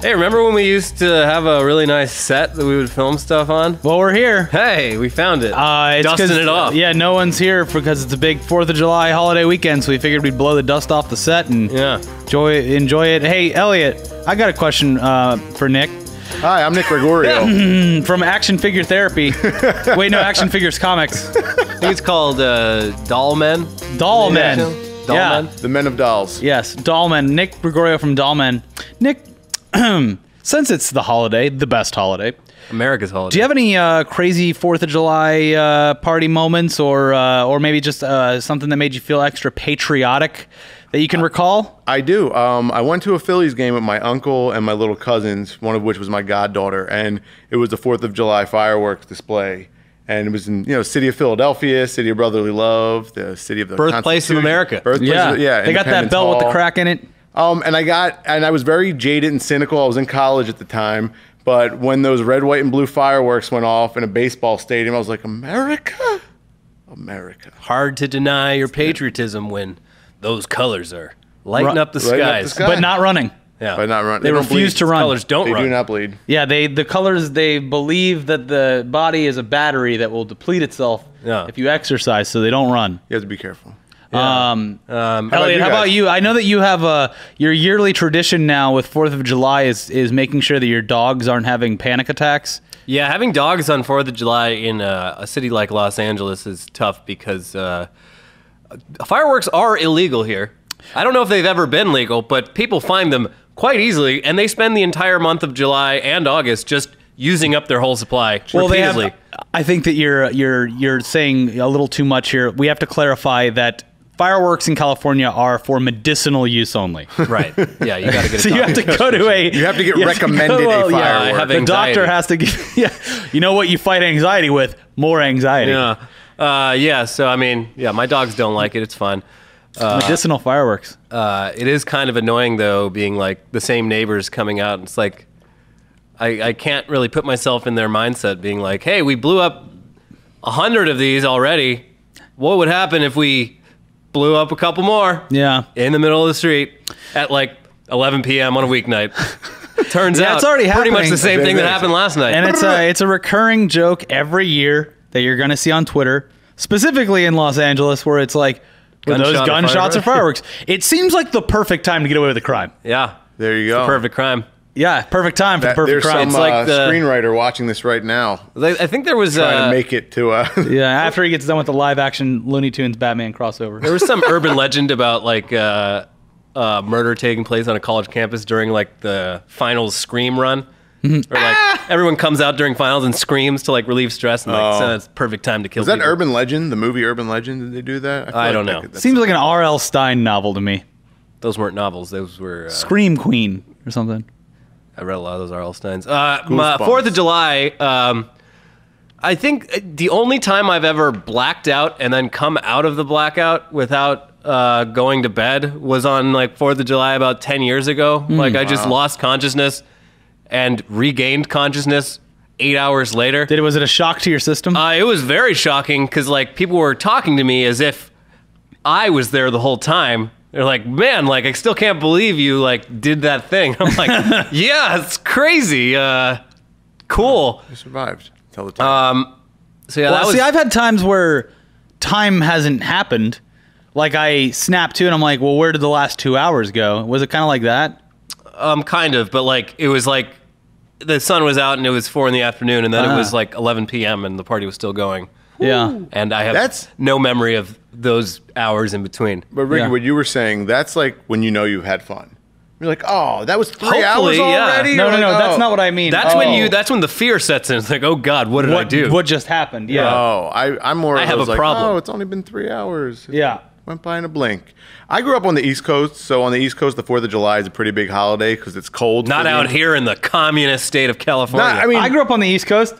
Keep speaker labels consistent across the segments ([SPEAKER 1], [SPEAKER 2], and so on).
[SPEAKER 1] Hey, remember when we used to have a really nice set that we would film stuff on?
[SPEAKER 2] Well, we're here.
[SPEAKER 1] Hey, we found it.
[SPEAKER 2] Uh, it's 'cause-
[SPEAKER 1] Dusting it off.
[SPEAKER 2] Yeah, no one's here because it's a big Fourth of July holiday weekend, so we figured we'd blow the dust off the set and
[SPEAKER 1] Yeah.
[SPEAKER 2] enjoy enjoy it. Hey, Elliot, I got a question uh, for Nick
[SPEAKER 3] Hi, I'm Nick Gregorio.
[SPEAKER 2] from Action Figure Therapy. Wait, no, Action Figures Comics.
[SPEAKER 1] I think it's called uh, Doll Men.
[SPEAKER 2] Doll men.
[SPEAKER 1] Doll
[SPEAKER 2] yeah.
[SPEAKER 1] Men.
[SPEAKER 3] the Men of Dolls.
[SPEAKER 2] Yes, Dollman. Nick Gregorio from Dollman. Nick, since it's the holiday, the best holiday, do
[SPEAKER 1] America's holiday.
[SPEAKER 2] you have any uh, crazy Fourth of July uh, party moments, or uh, or maybe just uh, something that made you feel extra patriotic that you can recall?
[SPEAKER 3] I do. Um, I went to a Phillies game with my uncle and my little cousins, one of which was my goddaughter, and it was the Fourth of July fireworks display, and it was in you know city of Philadelphia, city of brotherly love, the city of the
[SPEAKER 1] Birthplace of
[SPEAKER 3] Constitution-
[SPEAKER 1] America.
[SPEAKER 3] Birthplace yeah, of, yeah.
[SPEAKER 2] they got that
[SPEAKER 3] Independence
[SPEAKER 2] belt with the
[SPEAKER 3] Hall.
[SPEAKER 2] crack in it.
[SPEAKER 3] Um, and I got, and I was very jaded and cynical. I was in college at the time, but when those red, white, and blue fireworks went off in a baseball stadium, I was like, America, America.
[SPEAKER 1] Hard to deny your patriotism when those colors are lighting
[SPEAKER 2] Ru-
[SPEAKER 1] up the
[SPEAKER 3] lighting up the
[SPEAKER 1] skies.
[SPEAKER 3] sky.
[SPEAKER 2] But not running.
[SPEAKER 1] Yeah.
[SPEAKER 3] But not run.
[SPEAKER 1] They,
[SPEAKER 3] they don't
[SPEAKER 1] refuse
[SPEAKER 3] bleed.
[SPEAKER 1] to run. Colors don't
[SPEAKER 3] they
[SPEAKER 1] run.
[SPEAKER 3] do not bleed.
[SPEAKER 2] Yeah, they the colors they believe that the body is a battery that will deplete itself
[SPEAKER 1] Yeah.
[SPEAKER 2] if you exercise, so they don't run.
[SPEAKER 3] You have to be careful.
[SPEAKER 2] Um,
[SPEAKER 3] about
[SPEAKER 2] Elliot,
[SPEAKER 3] you
[SPEAKER 2] how
[SPEAKER 3] guys?
[SPEAKER 2] about you? I know that you have a your yearly tradition now with Fourth of July is is making sure that your dogs aren't having panic attacks.
[SPEAKER 1] Yeah, having dogs on Fourth of July in a, a city like Los Angeles is tough because uh, fireworks are illegal here. I don't know if they've ever been legal, but people find them quite easily, and they spend the entire month of July and August just using up their whole supply repeatedly.
[SPEAKER 2] I think that you're you're you're saying a little too much here. We have to clarify that fireworks in California are for medicinal use only.
[SPEAKER 1] right? Yeah, you got to get. A
[SPEAKER 2] So you have to go to a.
[SPEAKER 3] You have to get
[SPEAKER 2] you
[SPEAKER 3] recommended a
[SPEAKER 2] well,
[SPEAKER 3] firework.
[SPEAKER 1] I have
[SPEAKER 2] The doctor
[SPEAKER 1] anxiety.
[SPEAKER 2] has to give. Yeah, you know what you fight anxiety with? More anxiety.
[SPEAKER 1] Yeah. Uh, yeah. So I mean, yeah, my dogs don't like it. It's fun.
[SPEAKER 2] Uh, medicinal fireworks.
[SPEAKER 1] Uh, it is kind of annoying though, being like the same neighbors coming out. It's like I, I can't really put myself in their mindset, being like, "Hey, we blew up a hundred of these already. What would happen if we blew up a couple more?"
[SPEAKER 2] yeah.
[SPEAKER 1] In the middle of the street at like 11 p.m. on a weeknight. Turns
[SPEAKER 2] Yeah,
[SPEAKER 1] out
[SPEAKER 2] it's already
[SPEAKER 1] pretty much
[SPEAKER 2] happening.
[SPEAKER 1] the same thing that
[SPEAKER 3] Very
[SPEAKER 1] happened last night.
[SPEAKER 2] and it's a it's a recurring joke every year that you're gonna see on Twitter, specifically in Los Angeles, where it's like were
[SPEAKER 1] Gunshot
[SPEAKER 2] those
[SPEAKER 1] or
[SPEAKER 2] gunshots or
[SPEAKER 1] fireworks?
[SPEAKER 2] fireworks. it seems like the perfect time to get away with a crime.
[SPEAKER 1] yeah,
[SPEAKER 3] There you
[SPEAKER 1] It's the
[SPEAKER 3] go.
[SPEAKER 1] perfect crime.
[SPEAKER 2] Yeah, perfect time for
[SPEAKER 3] That-
[SPEAKER 2] the perfect
[SPEAKER 3] there's
[SPEAKER 2] crime.
[SPEAKER 3] some
[SPEAKER 1] It's like
[SPEAKER 3] uh,
[SPEAKER 1] the-
[SPEAKER 3] screenwriter watching this right now,
[SPEAKER 1] I I think there was
[SPEAKER 3] trying
[SPEAKER 1] uh,
[SPEAKER 3] to make it to a.
[SPEAKER 2] yeah, after he gets done with the live action Looney Tunes Batman crossover.
[SPEAKER 1] There was some urban legend about like uh, uh, murder taking place on a college campus during like the finals scream run. Or like everyone comes out during finals and screams to like relieve stress and like
[SPEAKER 3] Oh.
[SPEAKER 1] so it's perfect time to kill.
[SPEAKER 3] Is that
[SPEAKER 1] people.
[SPEAKER 3] Urban Legend? The movie Urban Legend? Did they do that? feel
[SPEAKER 1] I don't
[SPEAKER 3] that
[SPEAKER 1] know.
[SPEAKER 3] could- that's-
[SPEAKER 2] Seems like an R.L. Stein novel to me.
[SPEAKER 1] Those weren't novels. Those were. Uh,
[SPEAKER 2] Scream Queen or something.
[SPEAKER 1] I read a lot of those R.L. Steins. Uh, my-
[SPEAKER 3] Goosebumps.
[SPEAKER 1] Fourth of July. Um, I think uh, the only time I've ever blacked out and then come out of the blackout without uh, going to bed was on like Fourth of July about ten years ago. like I just lost consciousness and regained consciousness eight hours later.
[SPEAKER 2] Did it was it a shock to your system?
[SPEAKER 1] Uh, it was very shocking because like people were talking to me as if I was there the whole time. They're like, "Man, like I still can't believe you like did that thing." I'm like, "Yeah, it's crazy. Uh, cool."
[SPEAKER 3] You survived. Tell the time.
[SPEAKER 1] Um, So yeah, that
[SPEAKER 2] Well,
[SPEAKER 1] was
[SPEAKER 2] see, I've had times where time hasn't happened. Like I snap to and I'm like, well, where did the last two hours go? Was it kind of like that?
[SPEAKER 1] um kind of, but like it was like the sun was out and it was four in the afternoon, and then it
[SPEAKER 2] Ah.
[SPEAKER 1] was like 11 p.m. and the party was still going.
[SPEAKER 2] Yeah.
[SPEAKER 1] And I have
[SPEAKER 3] That's-
[SPEAKER 1] no memory of those hours in between.
[SPEAKER 3] but Ricky,
[SPEAKER 2] yeah.
[SPEAKER 3] what you were saying, that's like when you know you've had fun. You're like, oh, that was three hours
[SPEAKER 1] Hopefully, yeah.
[SPEAKER 3] already?
[SPEAKER 2] No,
[SPEAKER 3] You're
[SPEAKER 2] no,
[SPEAKER 3] like,
[SPEAKER 2] no. That's
[SPEAKER 3] oh.
[SPEAKER 2] not what I mean.
[SPEAKER 1] That's when
[SPEAKER 3] Oh.
[SPEAKER 1] you. That's when the fear sets in. It's like, oh God, what did I
[SPEAKER 2] what
[SPEAKER 1] do?
[SPEAKER 2] What just happened? Yeah.
[SPEAKER 3] Oh, I, I'm more.
[SPEAKER 1] I
[SPEAKER 3] of
[SPEAKER 1] have
[SPEAKER 3] those
[SPEAKER 1] a
[SPEAKER 3] like,
[SPEAKER 1] problem.
[SPEAKER 3] Oh, it's only been three hours. It
[SPEAKER 2] Yeah.
[SPEAKER 3] Went by in a blink. I grew up on the East Coast, so on the East Coast, the Fourth of July is a pretty big holiday because it's cold.
[SPEAKER 1] Not
[SPEAKER 3] for the-
[SPEAKER 1] out here in the communist state of California.
[SPEAKER 3] Not, I mean,
[SPEAKER 2] I grew up on the East Coast,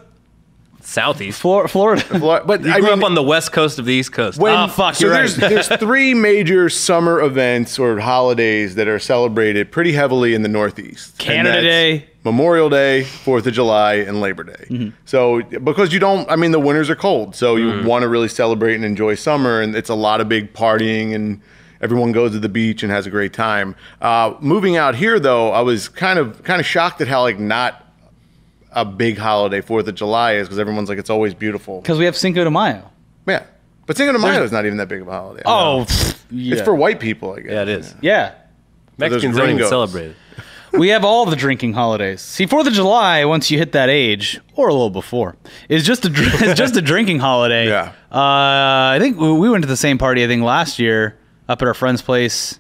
[SPEAKER 1] southeast.
[SPEAKER 2] Flor- Florida.
[SPEAKER 3] Flor- but
[SPEAKER 1] You
[SPEAKER 3] I
[SPEAKER 1] grew
[SPEAKER 3] mean,
[SPEAKER 1] up on the west coast of the east coast.
[SPEAKER 3] When,
[SPEAKER 2] Ah, fuck,
[SPEAKER 3] so
[SPEAKER 2] you're
[SPEAKER 3] there's,
[SPEAKER 2] right.
[SPEAKER 3] there's three major summer events or holidays that are celebrated pretty heavily in the Northeast. And
[SPEAKER 2] Canada
[SPEAKER 3] that's
[SPEAKER 2] Day. Mm-hmm.
[SPEAKER 3] Memorial Day, Fourth of July, and Labor Day. So because you don't, I mean, the
[SPEAKER 2] Mm.
[SPEAKER 3] winters are cold, so you want to really celebrate and enjoy summer, and it's a lot of big partying and. everyone goes to the beach and has a great time. Uh, moving out here though, I was kind of kind of shocked at how like not a big holiday Fourth of July is because everyone's like it's always beautiful.
[SPEAKER 2] because we have Cinco de Mayo.
[SPEAKER 3] Yeah, but Cinco de Mayo is not even that big of a holiday.
[SPEAKER 2] Oh, pfft,
[SPEAKER 3] it's
[SPEAKER 2] yeah.
[SPEAKER 3] for white people, I guess.
[SPEAKER 1] Yeah, it is.
[SPEAKER 2] yeah.
[SPEAKER 1] Mexicans
[SPEAKER 3] those
[SPEAKER 1] don't even
[SPEAKER 3] gringos.
[SPEAKER 1] celebrate it.
[SPEAKER 2] we have all the drinking holidays. See, Fourth of July, once you hit that age, or a little before, is just a dr- is just a drinking holiday.
[SPEAKER 3] Yeah.
[SPEAKER 2] Uh, I think we we went to the same party. I think last year up at our friend's place.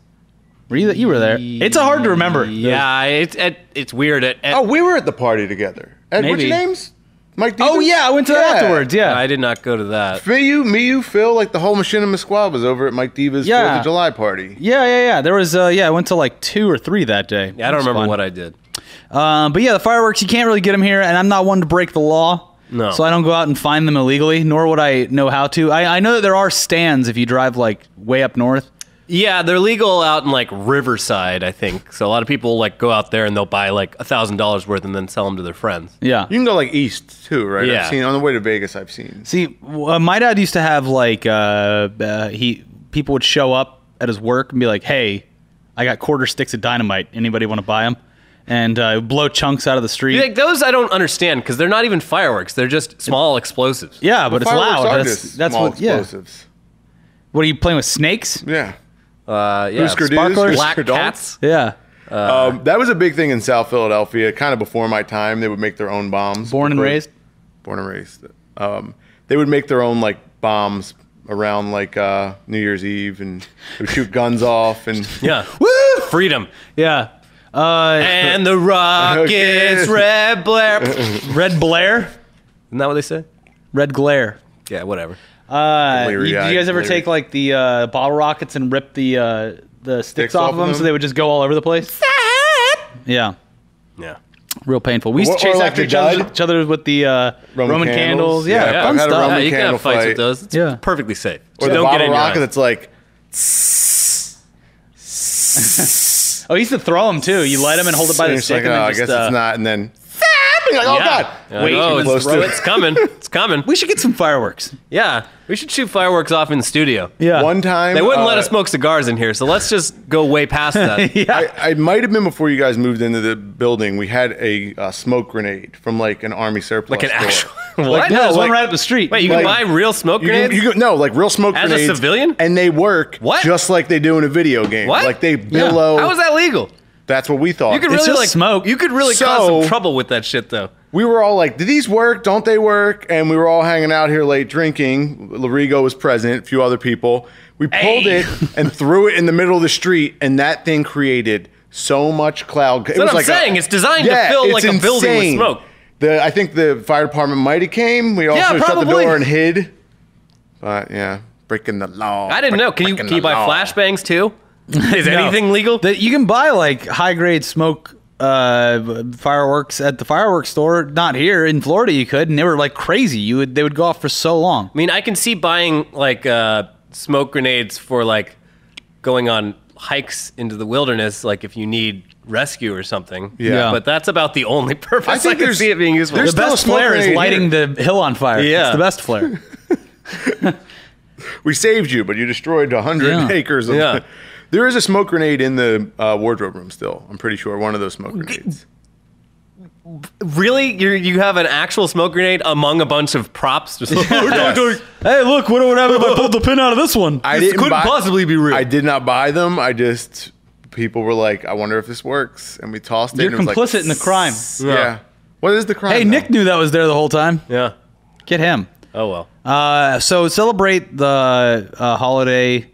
[SPEAKER 2] Were you? You were there. It's hard to remember.
[SPEAKER 1] Yeah, it's it, it's weird. It, it-
[SPEAKER 3] Oh, we were at the party together. Ed, what's
[SPEAKER 2] Maybe.
[SPEAKER 3] your names? Mike.
[SPEAKER 2] Oh
[SPEAKER 3] Devers?
[SPEAKER 2] yeah, I went to that afterwards. Yeah.
[SPEAKER 1] I did not go to that.
[SPEAKER 3] Me, you, me, you, Phil, like the whole Machinima squad was over at Mike Diva's
[SPEAKER 2] Yeah.
[SPEAKER 3] Fourth of July party.
[SPEAKER 2] yeah, yeah, yeah. There was, uh, yeah, I went to like two or three that day.
[SPEAKER 1] Yeah, I don't remember what I did.
[SPEAKER 2] Um, but yeah, the fireworks you can't really get them here, and I'm not one to break the law.
[SPEAKER 1] No.
[SPEAKER 2] So I don't go out and find them illegally, nor would I know how to. I, I know that there are stands if you drive like way up north.
[SPEAKER 1] Yeah, they're legal out in like Riverside, I think. So a lot of people like go out there and they'll buy like a thousand dollars worth and then sell them to their friends.
[SPEAKER 2] Yeah.
[SPEAKER 3] You can go like east too, right?
[SPEAKER 1] Yeah.
[SPEAKER 3] I've seen on the way to Vegas. I've seen.
[SPEAKER 2] See, w- uh, my dad used to have like uh, uh, he people would show up at his work and be like, "Hey, I got quarter sticks of dynamite. Anybody want to buy them?" And uh, blow chunks out of the street.
[SPEAKER 1] Like those, I don't understand because they're not even fireworks; they're just small explosives.
[SPEAKER 2] yeah, but it's
[SPEAKER 3] Fireworks
[SPEAKER 2] loud.
[SPEAKER 3] are
[SPEAKER 2] That's,
[SPEAKER 3] just
[SPEAKER 2] that's
[SPEAKER 3] small
[SPEAKER 2] what. Yeah.
[SPEAKER 3] explosives.
[SPEAKER 2] What are you playing with snakes?
[SPEAKER 3] Yeah.
[SPEAKER 1] uh, yeah.
[SPEAKER 3] Husker dudes,
[SPEAKER 1] Sparklers, black
[SPEAKER 3] Husker don'ts.
[SPEAKER 1] cats.
[SPEAKER 2] Yeah.
[SPEAKER 3] um, that was a big thing in South Philadelphia, kind of before my time. They would make their own bombs.
[SPEAKER 2] Born and
[SPEAKER 3] Before-
[SPEAKER 2] raised.
[SPEAKER 3] Born and raised. Um, they would make their own like bombs around like uh, New Year's Eve, and they would shoot guns off and
[SPEAKER 1] Yeah, freedom
[SPEAKER 2] Yeah. Uh,
[SPEAKER 1] and the rockets,
[SPEAKER 3] Okay.
[SPEAKER 1] red blare. Isn't
[SPEAKER 2] Red Blair.
[SPEAKER 1] that what they say?
[SPEAKER 2] Red glare.
[SPEAKER 1] Yeah, whatever.
[SPEAKER 2] Uh, you,
[SPEAKER 3] Leery
[SPEAKER 2] did you
[SPEAKER 3] eyed
[SPEAKER 2] guys ever
[SPEAKER 3] Leery.
[SPEAKER 2] take like the uh, bottle rockets and rip the uh, the sticks, off, of them, so they would just go all over the place? Yeah,
[SPEAKER 1] Yeah.
[SPEAKER 2] real painful. We used
[SPEAKER 3] Or-
[SPEAKER 2] to chase
[SPEAKER 3] or like
[SPEAKER 2] after
[SPEAKER 3] they
[SPEAKER 2] each other,
[SPEAKER 3] died?
[SPEAKER 2] each other with the uh, Roman,
[SPEAKER 3] Roman
[SPEAKER 2] candles.
[SPEAKER 3] candles.
[SPEAKER 2] Yeah,
[SPEAKER 3] Yeah,
[SPEAKER 2] fun
[SPEAKER 3] I've had a
[SPEAKER 2] stuff.
[SPEAKER 1] Yeah,
[SPEAKER 3] Roman
[SPEAKER 1] you can have
[SPEAKER 3] candle
[SPEAKER 1] fights with
[SPEAKER 3] fight.
[SPEAKER 1] those. It's
[SPEAKER 2] Yeah.
[SPEAKER 1] perfectly safe.
[SPEAKER 3] or
[SPEAKER 1] Just
[SPEAKER 3] the
[SPEAKER 1] don't get
[SPEAKER 3] bottle
[SPEAKER 1] in your
[SPEAKER 3] rocket.
[SPEAKER 1] eye.
[SPEAKER 3] That's like
[SPEAKER 2] Oh, he used to throw them too. You light them and hold it by
[SPEAKER 3] and
[SPEAKER 2] the
[SPEAKER 3] it's
[SPEAKER 2] stick,
[SPEAKER 3] like,
[SPEAKER 2] and
[SPEAKER 3] oh,
[SPEAKER 2] then
[SPEAKER 3] I
[SPEAKER 2] just,
[SPEAKER 3] guess
[SPEAKER 2] uh,
[SPEAKER 3] it's not, and then. You're like, oh
[SPEAKER 1] Yeah.
[SPEAKER 3] god!
[SPEAKER 1] You're like,
[SPEAKER 2] Wait,
[SPEAKER 1] oh,
[SPEAKER 3] close
[SPEAKER 1] it's,
[SPEAKER 3] to it.
[SPEAKER 1] it's coming. It's coming.
[SPEAKER 2] We should get some fireworks.
[SPEAKER 1] yeah, we should shoot fireworks off in the studio.
[SPEAKER 2] Yeah,
[SPEAKER 3] One time
[SPEAKER 1] They wouldn't let
[SPEAKER 3] uh,
[SPEAKER 1] us smoke cigars in here, so let's just go way past that.
[SPEAKER 2] Yeah,
[SPEAKER 3] I, I might have been before you guys moved into the building. We had a uh, smoke grenade from like an army surplus,
[SPEAKER 1] Like an
[SPEAKER 3] store.
[SPEAKER 1] actual. What?
[SPEAKER 2] like, no,
[SPEAKER 3] it's
[SPEAKER 2] one
[SPEAKER 3] like-
[SPEAKER 2] right up the street.
[SPEAKER 1] Wait, you can
[SPEAKER 3] like-
[SPEAKER 1] buy real smoke
[SPEAKER 3] You can,
[SPEAKER 1] grenades?
[SPEAKER 3] you can, no, like real smoke
[SPEAKER 1] As a
[SPEAKER 3] grenades.
[SPEAKER 1] civilian?
[SPEAKER 3] and they work
[SPEAKER 1] What?
[SPEAKER 3] just like they do in a video game.
[SPEAKER 1] What?
[SPEAKER 3] Like they
[SPEAKER 1] Yeah.
[SPEAKER 3] billow.
[SPEAKER 1] How is that legal?
[SPEAKER 3] That's what we thought.
[SPEAKER 1] You could
[SPEAKER 2] It's
[SPEAKER 1] really
[SPEAKER 2] just
[SPEAKER 1] like
[SPEAKER 2] smoke.
[SPEAKER 1] You could really cause
[SPEAKER 3] So-
[SPEAKER 1] some trouble with that shit, though.
[SPEAKER 3] we were all like, "Do these work? Don't they work?" And we were all hanging out here late drinking. Larigo was present, a few other people. We pulled
[SPEAKER 1] Hey.
[SPEAKER 3] it and threw it in the middle of the street, and that thing created so much cloud. That's
[SPEAKER 1] what I'm saying. It's designed to fill, like, a building with smoke.
[SPEAKER 3] The I think the fire department might have came. We also shut the
[SPEAKER 1] probably.
[SPEAKER 3] door and hid. But yeah, breaking the law.
[SPEAKER 1] I didn't know. Can you
[SPEAKER 3] Breaking
[SPEAKER 1] can you
[SPEAKER 3] the
[SPEAKER 1] buy
[SPEAKER 3] law.
[SPEAKER 1] flashbangs too? Is
[SPEAKER 2] No.
[SPEAKER 1] anything legal?
[SPEAKER 2] That you can buy like high grade smoke uh fireworks at the fireworks store not here in florida you could and they were like crazy you would they would go off for so long
[SPEAKER 1] I mean, I can see buying like uh, smoke grenades for like going on hikes into the wilderness, like if you need rescue or something.
[SPEAKER 3] Yeah.
[SPEAKER 1] but that's about the only purpose I,
[SPEAKER 3] think
[SPEAKER 1] can
[SPEAKER 3] there's-
[SPEAKER 1] see it being useful.
[SPEAKER 3] there's
[SPEAKER 2] the
[SPEAKER 3] Still
[SPEAKER 2] best
[SPEAKER 3] a smoke
[SPEAKER 2] flare is
[SPEAKER 3] grenade
[SPEAKER 2] lighting the hill on fire
[SPEAKER 1] Yeah.
[SPEAKER 2] it's the best flare
[SPEAKER 3] we saved you, but you destroyed 100
[SPEAKER 2] Yeah.
[SPEAKER 3] acres of
[SPEAKER 1] Yeah.
[SPEAKER 3] There is a smoke grenade in the uh, wardrobe room still. I'm pretty sure one of those smoke grenades.
[SPEAKER 1] Really, you you have an actual smoke grenade among a bunch of props? Just like,
[SPEAKER 3] Yes.
[SPEAKER 2] hey look what would happen if i pulled the pin out of this one
[SPEAKER 3] I
[SPEAKER 1] This couldn't possibly be real.
[SPEAKER 3] I did not buy them. I just people were like, "I wonder if this works," and we tossed it.
[SPEAKER 2] you're
[SPEAKER 3] and it was
[SPEAKER 2] complicit
[SPEAKER 3] like,
[SPEAKER 2] in the crime
[SPEAKER 3] Yeah. What is the crime?
[SPEAKER 2] hey
[SPEAKER 3] though?
[SPEAKER 2] nick knew that was there the whole time
[SPEAKER 1] Yeah.
[SPEAKER 2] get him
[SPEAKER 1] Oh well.
[SPEAKER 2] uh so celebrate the uh holiday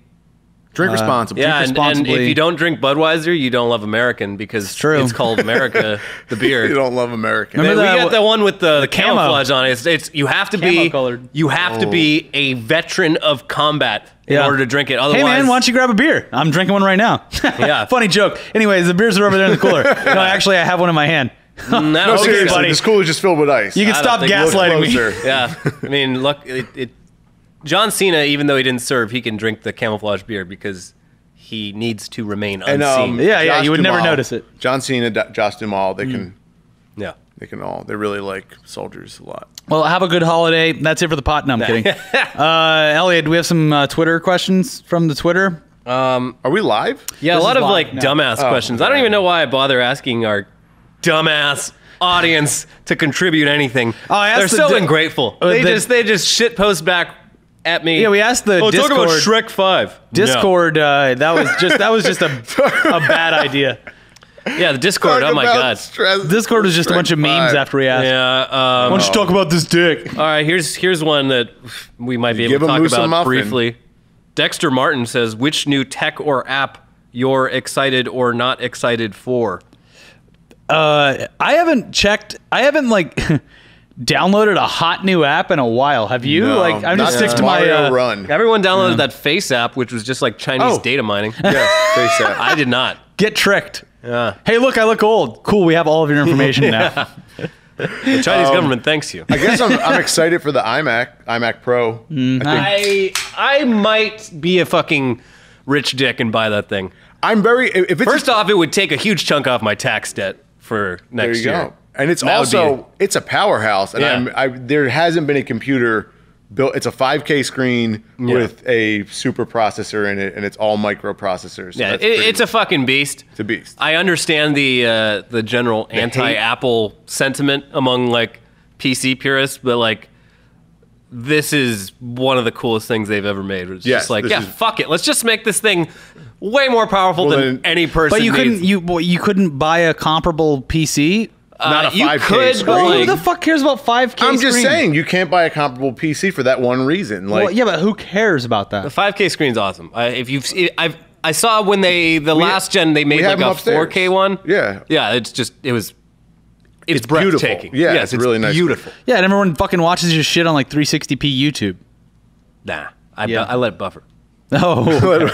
[SPEAKER 3] drink responsibly.
[SPEAKER 1] Uh, yeah, and, and if
[SPEAKER 2] responsibly.
[SPEAKER 1] you don't drink Budweiser, you don't love American because it's,
[SPEAKER 2] true.
[SPEAKER 1] called America the beer.
[SPEAKER 3] you don't love American.
[SPEAKER 1] Hey,
[SPEAKER 2] Remember
[SPEAKER 1] we
[SPEAKER 2] that-
[SPEAKER 1] got the one with the, the
[SPEAKER 2] camo.
[SPEAKER 1] camouflage on it. It's, it's you have to be
[SPEAKER 2] Camo-colored.
[SPEAKER 1] you have to be
[SPEAKER 3] Oh.
[SPEAKER 1] a veteran of combat in
[SPEAKER 2] Yeah.
[SPEAKER 1] order to drink it. Otherwise,
[SPEAKER 2] Hey man, why don't you grab a beer? I'm drinking one right now.
[SPEAKER 1] Yeah.
[SPEAKER 2] Funny joke. Anyways, the beers are over there in the cooler. no, actually, I have one in my hand.
[SPEAKER 1] Mm, I don't
[SPEAKER 3] no,
[SPEAKER 1] think
[SPEAKER 3] Oh, seriously,
[SPEAKER 1] anybody-
[SPEAKER 3] this cooler is just filled with ice.
[SPEAKER 2] You can
[SPEAKER 1] I don't
[SPEAKER 2] stop
[SPEAKER 1] think we'll
[SPEAKER 2] gaslighting me.
[SPEAKER 3] Closer.
[SPEAKER 1] Yeah, I mean, look, it, it. John Cena, even though he didn't serve, he can drink the camouflage beer because he needs to remain unseen.
[SPEAKER 3] And, um,
[SPEAKER 2] Yeah, yeah,
[SPEAKER 3] Josh
[SPEAKER 2] you would never
[SPEAKER 3] Duhamel-
[SPEAKER 2] notice it. Hmm.
[SPEAKER 3] John Cena, D- Josh Duhamel, they can,
[SPEAKER 1] yeah.
[SPEAKER 3] they can all. They really like soldiers a lot.
[SPEAKER 2] Well, have a good holiday. That's it for the pot. No, I'm kidding. uh, Elliot, do we have some uh, Twitter questions from the Twitter?
[SPEAKER 3] Are we live?
[SPEAKER 1] Yeah, a
[SPEAKER 2] This
[SPEAKER 1] lot
[SPEAKER 2] is
[SPEAKER 1] of
[SPEAKER 2] live
[SPEAKER 1] like
[SPEAKER 2] now.
[SPEAKER 1] dumbass questions. I don't even know why I bother asking our dumbass audience to contribute anything.
[SPEAKER 2] Oh, I
[SPEAKER 1] They're
[SPEAKER 2] asked
[SPEAKER 1] so
[SPEAKER 2] the di-
[SPEAKER 1] ungrateful.
[SPEAKER 2] uh,
[SPEAKER 1] they
[SPEAKER 2] the-
[SPEAKER 1] just they just shit post back at me.
[SPEAKER 2] Yeah, we asked the
[SPEAKER 1] Oh, talk about
[SPEAKER 2] Discord-
[SPEAKER 1] Shrek Five.
[SPEAKER 2] Discord. Uh, that was just that was just a a bad idea.
[SPEAKER 1] No. Yeah, the Discord.
[SPEAKER 3] Talk
[SPEAKER 1] oh my
[SPEAKER 3] about
[SPEAKER 1] god.
[SPEAKER 3] stress-
[SPEAKER 2] Discord was just a bunch of memes
[SPEAKER 3] Five.
[SPEAKER 2] after we asked.
[SPEAKER 1] Yeah. Um,
[SPEAKER 2] Why don't you talk about this dick?
[SPEAKER 1] all right. Here's here's one that we might be
[SPEAKER 3] Give
[SPEAKER 1] able to
[SPEAKER 3] a
[SPEAKER 1] talk
[SPEAKER 3] moose a
[SPEAKER 1] about
[SPEAKER 3] muffin.
[SPEAKER 1] briefly. Dexter Martin says, "Which new tech or app you're excited or not excited for?"
[SPEAKER 2] Uh, I haven't checked. I haven't like downloaded a hot new app in a while. Have you?
[SPEAKER 3] No,
[SPEAKER 2] like, I'm
[SPEAKER 3] not
[SPEAKER 2] just sticks
[SPEAKER 3] since
[SPEAKER 2] to my.
[SPEAKER 3] Mario
[SPEAKER 2] Uh,
[SPEAKER 3] Run.
[SPEAKER 1] Everyone downloaded that Face app, which was just like Chinese
[SPEAKER 3] Oh.
[SPEAKER 1] data mining.
[SPEAKER 3] Yeah, face app.
[SPEAKER 1] I did not.
[SPEAKER 2] Get tricked. Yeah. Hey, look, I look old. Cool. We have all of your information now.
[SPEAKER 1] The Chinese
[SPEAKER 2] Um,
[SPEAKER 1] government thanks you.
[SPEAKER 3] I guess I'm, I'm excited for the iMac, iMac Pro.
[SPEAKER 1] Mm.
[SPEAKER 3] I think
[SPEAKER 1] I I might be a fucking rich dick and buy that thing.
[SPEAKER 3] I'm very. If it's
[SPEAKER 1] First off, it would take a huge chunk off my tax debt for
[SPEAKER 3] there
[SPEAKER 1] next
[SPEAKER 3] you go.
[SPEAKER 1] year.
[SPEAKER 3] And it's
[SPEAKER 1] That would be-
[SPEAKER 3] also it's a powerhouse, and
[SPEAKER 1] Yeah.
[SPEAKER 3] I'm, I there hasn't been a computer built. It's a 5K screen with a super processor in it, and it's all microprocessors. So
[SPEAKER 1] yeah, it,
[SPEAKER 3] that's pretty-
[SPEAKER 1] it's a fucking beast.
[SPEAKER 3] it's a beast.
[SPEAKER 1] I understand the uh, the general anti-Apple sentiment among like PC purists, but like this is one of the coolest things they've ever made. It's
[SPEAKER 3] Yes,
[SPEAKER 1] just like,
[SPEAKER 3] this
[SPEAKER 1] yeah,
[SPEAKER 3] is-
[SPEAKER 1] fuck it, let's just make this thing way more powerful
[SPEAKER 3] Well,
[SPEAKER 1] than
[SPEAKER 3] then-
[SPEAKER 1] any person.
[SPEAKER 2] but you couldn't.
[SPEAKER 1] needs.
[SPEAKER 2] You well, you couldn't buy a comparable PC.
[SPEAKER 3] Not
[SPEAKER 1] Uh,
[SPEAKER 3] a
[SPEAKER 1] you
[SPEAKER 3] 5K
[SPEAKER 1] could,
[SPEAKER 3] screen.
[SPEAKER 1] but
[SPEAKER 2] Well, who
[SPEAKER 1] like,
[SPEAKER 2] the fuck cares about 5K?
[SPEAKER 3] I'm just
[SPEAKER 2] screen?
[SPEAKER 3] saying you can't buy a comparable PC for that one reason. Like
[SPEAKER 2] well, yeah, but who cares about that?
[SPEAKER 1] The 5K screen's awesome. I, if you've, se- I've, I saw when they the last gen they made
[SPEAKER 3] have
[SPEAKER 1] like a
[SPEAKER 3] them upstairs.
[SPEAKER 1] 4K one.
[SPEAKER 3] Yeah.
[SPEAKER 1] yeah. It's just it was. It's,
[SPEAKER 3] beautiful.
[SPEAKER 1] breathtaking.
[SPEAKER 3] Yeah,
[SPEAKER 1] yes,
[SPEAKER 3] it's really nice.
[SPEAKER 1] Beautiful.
[SPEAKER 2] Yeah, and everyone fucking watches your shit on like 360p YouTube.
[SPEAKER 1] Nah, I,
[SPEAKER 2] Yeah.
[SPEAKER 1] I let it buffer.
[SPEAKER 2] Oh,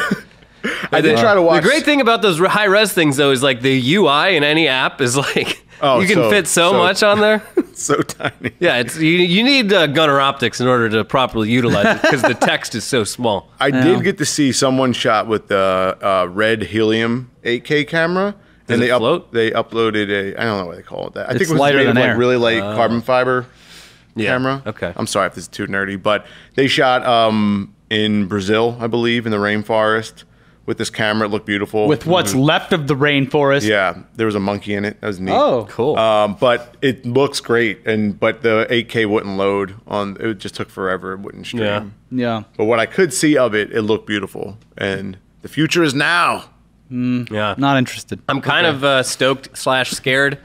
[SPEAKER 3] I did try to watch.
[SPEAKER 1] The great thing about those high res things though is like the UI in any app is like
[SPEAKER 3] Oh,
[SPEAKER 1] you can
[SPEAKER 3] so-
[SPEAKER 1] fit so,
[SPEAKER 3] so-
[SPEAKER 1] much on there.
[SPEAKER 3] so tiny.
[SPEAKER 1] yeah, it's you, you need uh, gunner optics in order to properly utilize it because the text is so small.
[SPEAKER 3] I did get to see someone shot with the uh, red helium 8K camera, and
[SPEAKER 1] it
[SPEAKER 3] they up-
[SPEAKER 1] float?
[SPEAKER 3] they uploaded a I don't know what they call it that. I
[SPEAKER 2] It's
[SPEAKER 3] think it was
[SPEAKER 2] lighter
[SPEAKER 3] made
[SPEAKER 2] than
[SPEAKER 3] of
[SPEAKER 2] air. Oh.
[SPEAKER 3] like really light carbon fiber
[SPEAKER 1] Yeah,
[SPEAKER 3] camera.
[SPEAKER 1] okay.
[SPEAKER 3] I'm sorry if this is too nerdy, but they shot um, in Brazil, I believe, in the rainforest with this camera. It looked beautiful.
[SPEAKER 2] with what's left of the rainforest.
[SPEAKER 3] yeah, there was a monkey in it. That was neat.
[SPEAKER 2] Oh,
[SPEAKER 1] Cool.
[SPEAKER 3] Um, but it looks great, and but the 8K wouldn't load on. It just took forever. It wouldn't stream.
[SPEAKER 1] Yeah.
[SPEAKER 2] yeah.
[SPEAKER 3] But what I could see of it, it looked beautiful, and the future is now.
[SPEAKER 1] yeah.
[SPEAKER 2] Not interested.
[SPEAKER 1] I'm kind of uh, stoked slash scared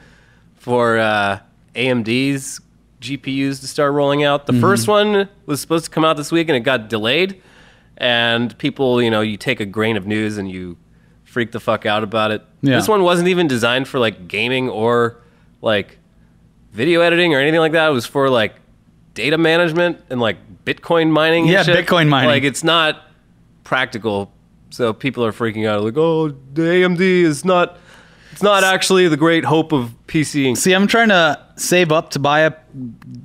[SPEAKER 1] for uh, AMD's GPUs to start rolling out. The first one was supposed to come out this week and it got delayed. And people, you know, you take a grain of news and you freak the fuck out about it.
[SPEAKER 2] Yeah.
[SPEAKER 1] This one wasn't even designed for like gaming or like video editing or anything like that. It was for like data management and like Bitcoin mining. and
[SPEAKER 2] Yeah,
[SPEAKER 1] shit.
[SPEAKER 2] Bitcoin mining.
[SPEAKER 1] Like it's not practical. So people are freaking out like, oh, the AMD is not. It's not actually the great hope of PCing.
[SPEAKER 2] See, I'm trying to save up to buy a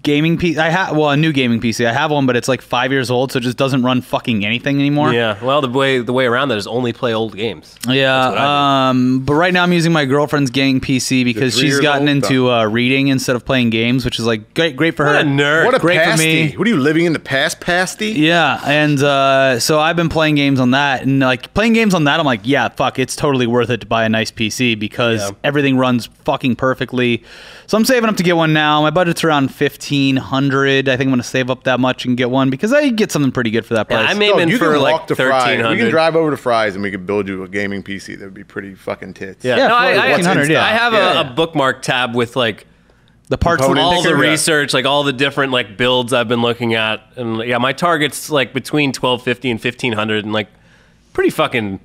[SPEAKER 2] gaming PC. I have well, a new gaming PC. I have one, but it's like five years old, so it just doesn't run fucking anything anymore.
[SPEAKER 1] Yeah. Well, the way the way around that is only play old games.
[SPEAKER 2] Yeah. Um, but right now I'm using my girlfriend's gaming PC because
[SPEAKER 3] three
[SPEAKER 2] she's
[SPEAKER 3] years
[SPEAKER 2] gotten
[SPEAKER 3] old?
[SPEAKER 2] into uh, reading instead of playing games, which is like great, great for
[SPEAKER 1] What
[SPEAKER 2] her.
[SPEAKER 1] a nerd.
[SPEAKER 3] What a
[SPEAKER 2] Great for
[SPEAKER 3] pasty!
[SPEAKER 2] me.
[SPEAKER 3] What are you living in the past, pasty?
[SPEAKER 2] Yeah, and uh, so I've been playing games on that, and like playing games on that, I'm like, yeah, fuck, it's totally worth it to buy a nice PC because
[SPEAKER 1] Yeah.
[SPEAKER 2] everything runs fucking perfectly. So I'm saving up to get one now. My budget's around fifteen hundred. I think I'm gonna save up that much and get one because I get something pretty good for that price.
[SPEAKER 1] I'm aiming
[SPEAKER 3] you
[SPEAKER 1] for
[SPEAKER 3] can
[SPEAKER 1] like
[SPEAKER 3] walk to Fry's.
[SPEAKER 1] thirteen
[SPEAKER 3] We can
[SPEAKER 1] hundred.
[SPEAKER 3] drive over to Fry's and we could build you a gaming PC. That would be pretty fucking tits.
[SPEAKER 1] Yeah,
[SPEAKER 2] Yeah,
[SPEAKER 1] no, I,
[SPEAKER 2] for
[SPEAKER 1] I,
[SPEAKER 2] 1,400, yeah.
[SPEAKER 1] I have
[SPEAKER 3] Yeah.
[SPEAKER 1] a, a bookmark tab with like
[SPEAKER 2] the parts
[SPEAKER 3] Component
[SPEAKER 1] all
[SPEAKER 3] picker,
[SPEAKER 1] the
[SPEAKER 3] yeah.
[SPEAKER 1] research, like all the different like builds I've been looking at, and yeah, my target's like between twelve fifty and fifteen hundred, and like pretty fucking.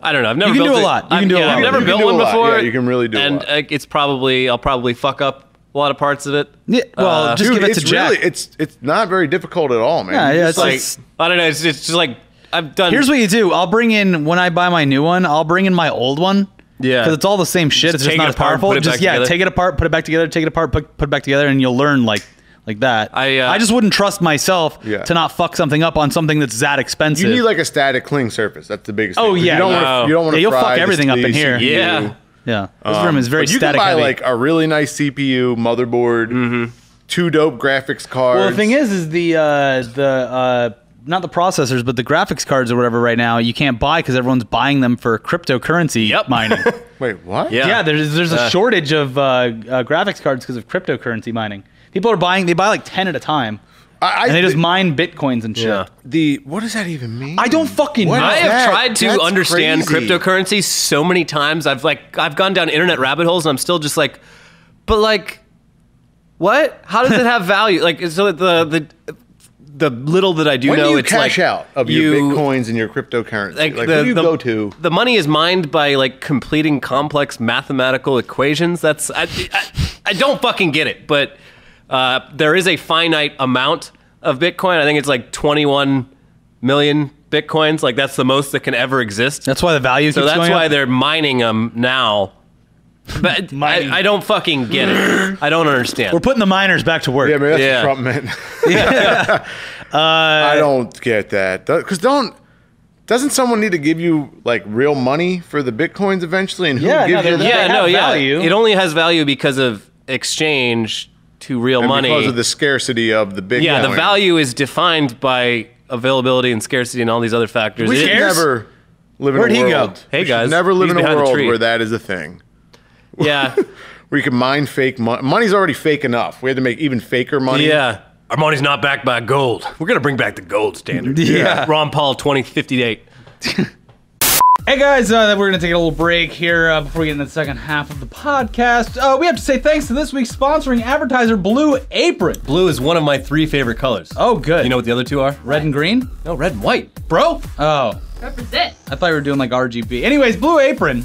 [SPEAKER 1] I don't know. I've never
[SPEAKER 2] You can
[SPEAKER 1] built
[SPEAKER 2] do a
[SPEAKER 1] it-
[SPEAKER 2] lot. You can
[SPEAKER 1] I've-
[SPEAKER 2] do a
[SPEAKER 1] yeah,
[SPEAKER 2] lot
[SPEAKER 1] I've
[SPEAKER 2] with
[SPEAKER 1] never
[SPEAKER 2] it. You
[SPEAKER 3] can
[SPEAKER 1] built
[SPEAKER 3] do
[SPEAKER 1] one
[SPEAKER 3] a lot.
[SPEAKER 1] before.
[SPEAKER 3] Yeah, you can really do a
[SPEAKER 1] And
[SPEAKER 3] lot.
[SPEAKER 1] uh, it's probably I'll probably fuck up a lot of parts of it.
[SPEAKER 2] Yeah, well,
[SPEAKER 1] Uh,
[SPEAKER 2] just
[SPEAKER 3] Dude,
[SPEAKER 2] give it
[SPEAKER 3] it's
[SPEAKER 2] to Jack.
[SPEAKER 3] really it's it's not very difficult at all, man.
[SPEAKER 2] Yeah,
[SPEAKER 3] You
[SPEAKER 2] yeah,
[SPEAKER 3] just,
[SPEAKER 2] it's
[SPEAKER 1] like I don't know. It's, it's just like I've done.
[SPEAKER 2] Here's what you do. I'll bring in when I buy my new one. I'll bring in my old one.
[SPEAKER 1] Yeah.
[SPEAKER 2] because it's all the same shit. it's
[SPEAKER 1] take
[SPEAKER 2] just not
[SPEAKER 1] it
[SPEAKER 2] as
[SPEAKER 1] apart,
[SPEAKER 2] powerful.
[SPEAKER 1] put it
[SPEAKER 2] Just
[SPEAKER 1] back
[SPEAKER 2] yeah,
[SPEAKER 1] together.
[SPEAKER 2] take it apart, put it back together, take it apart, put, put it back together, and you'll learn like like that.
[SPEAKER 1] I, uh,
[SPEAKER 2] I just wouldn't trust myself
[SPEAKER 3] Yeah.
[SPEAKER 2] to not fuck something up on something that's that expensive.
[SPEAKER 3] you need like a static cling surface. That's the biggest.
[SPEAKER 2] Oh,
[SPEAKER 3] thing. 'Cause
[SPEAKER 2] yeah,
[SPEAKER 3] you don't
[SPEAKER 1] yeah.
[SPEAKER 3] want to. You don't want to.
[SPEAKER 2] Yeah, you'll fuck everything up in here.
[SPEAKER 1] yeah.
[SPEAKER 2] yeah, this room is very
[SPEAKER 3] um, but you
[SPEAKER 2] static.
[SPEAKER 3] can buy
[SPEAKER 2] heavy.
[SPEAKER 3] like a really nice CPU, motherboard, two dope graphics cards.
[SPEAKER 2] well, the thing is, is the uh, the uh, not the processors, but the graphics cards or whatever right now, you can't buy because everyone's buying them for cryptocurrency
[SPEAKER 1] Yep.
[SPEAKER 2] mining.
[SPEAKER 3] Wait, what?
[SPEAKER 1] Yeah.
[SPEAKER 2] yeah. there's there's a
[SPEAKER 1] Uh.
[SPEAKER 2] shortage of uh, uh, graphics cards because of cryptocurrency mining. People are buying; they buy like ten at a time,
[SPEAKER 3] I, I,
[SPEAKER 2] and they just mine bitcoins and shit.
[SPEAKER 1] Yeah.
[SPEAKER 3] the what does that even mean?
[SPEAKER 2] I don't fucking
[SPEAKER 3] What
[SPEAKER 2] know.
[SPEAKER 1] I
[SPEAKER 3] is
[SPEAKER 1] have
[SPEAKER 3] that?
[SPEAKER 1] tried to
[SPEAKER 3] That's
[SPEAKER 1] understand
[SPEAKER 3] crazy.
[SPEAKER 1] cryptocurrency so many times. I've like I've gone down internet rabbit holes and I'm still just like, but like, what? How does it have value? Like so the the the little that I do
[SPEAKER 3] When
[SPEAKER 1] know,
[SPEAKER 3] do you
[SPEAKER 1] it's
[SPEAKER 3] cash
[SPEAKER 1] like
[SPEAKER 3] out of your bitcoins and your cryptocurrency? Like, who do you go to?
[SPEAKER 1] The money is mined by like completing complex mathematical equations. That's I, I, I don't fucking get it, but uh, there is a finite amount of Bitcoin. I think it's like 21 million bitcoins. Like that's the most that can ever exist.
[SPEAKER 2] That's why the value.
[SPEAKER 1] so
[SPEAKER 2] keeps
[SPEAKER 1] that's
[SPEAKER 2] going
[SPEAKER 1] why
[SPEAKER 2] up.
[SPEAKER 1] they're mining them now. But
[SPEAKER 2] Mining.
[SPEAKER 1] I, I don't fucking get it. I don't understand.
[SPEAKER 2] we're putting the miners back to work.
[SPEAKER 3] Yeah, maybe that's
[SPEAKER 1] Yeah. Uh,
[SPEAKER 3] what Trump meant. I don't get that because don't doesn't someone need to give you like real money for the bitcoins eventually? And who
[SPEAKER 2] Yeah, no,
[SPEAKER 3] gives you
[SPEAKER 2] they're-
[SPEAKER 3] that?
[SPEAKER 1] yeah,
[SPEAKER 2] have
[SPEAKER 1] no, yeah.
[SPEAKER 2] value.
[SPEAKER 1] It only has value because of exchange to real
[SPEAKER 3] And
[SPEAKER 1] money.
[SPEAKER 3] because of the scarcity of the bitcoin.
[SPEAKER 1] Yeah, the value is defined by availability and scarcity and all these other factors.
[SPEAKER 2] We
[SPEAKER 1] It-
[SPEAKER 3] We should
[SPEAKER 2] Scarce?
[SPEAKER 3] never live
[SPEAKER 2] Where'd
[SPEAKER 3] in
[SPEAKER 2] he
[SPEAKER 3] a
[SPEAKER 2] go?
[SPEAKER 3] world.
[SPEAKER 1] Hey,
[SPEAKER 3] We should
[SPEAKER 1] guys,
[SPEAKER 3] never live
[SPEAKER 1] he's
[SPEAKER 3] in a
[SPEAKER 1] behind the
[SPEAKER 3] world
[SPEAKER 1] tree.
[SPEAKER 3] where that is a thing.
[SPEAKER 1] yeah,
[SPEAKER 3] Where you can mine fake money. Money's already fake enough. We had to make even faker money.
[SPEAKER 1] yeah. Our money's not backed by gold. We're gonna bring back the gold standard.
[SPEAKER 2] Yeah.
[SPEAKER 1] Ron Paul, twenty fifty eight.
[SPEAKER 2] Hey guys, uh, we're gonna take a little break here uh, before we get into the second half of the podcast. Uh, we have to say thanks to this week's sponsoring advertiser, Blue Apron.
[SPEAKER 1] Blue is one of my three favorite colors.
[SPEAKER 2] Oh, good.
[SPEAKER 1] you know what the other two are?
[SPEAKER 2] red and green,
[SPEAKER 1] No, red and white.
[SPEAKER 2] bro. Oh,
[SPEAKER 4] Represent.
[SPEAKER 2] I thought we were doing like RGB. Anyways, Blue Apron,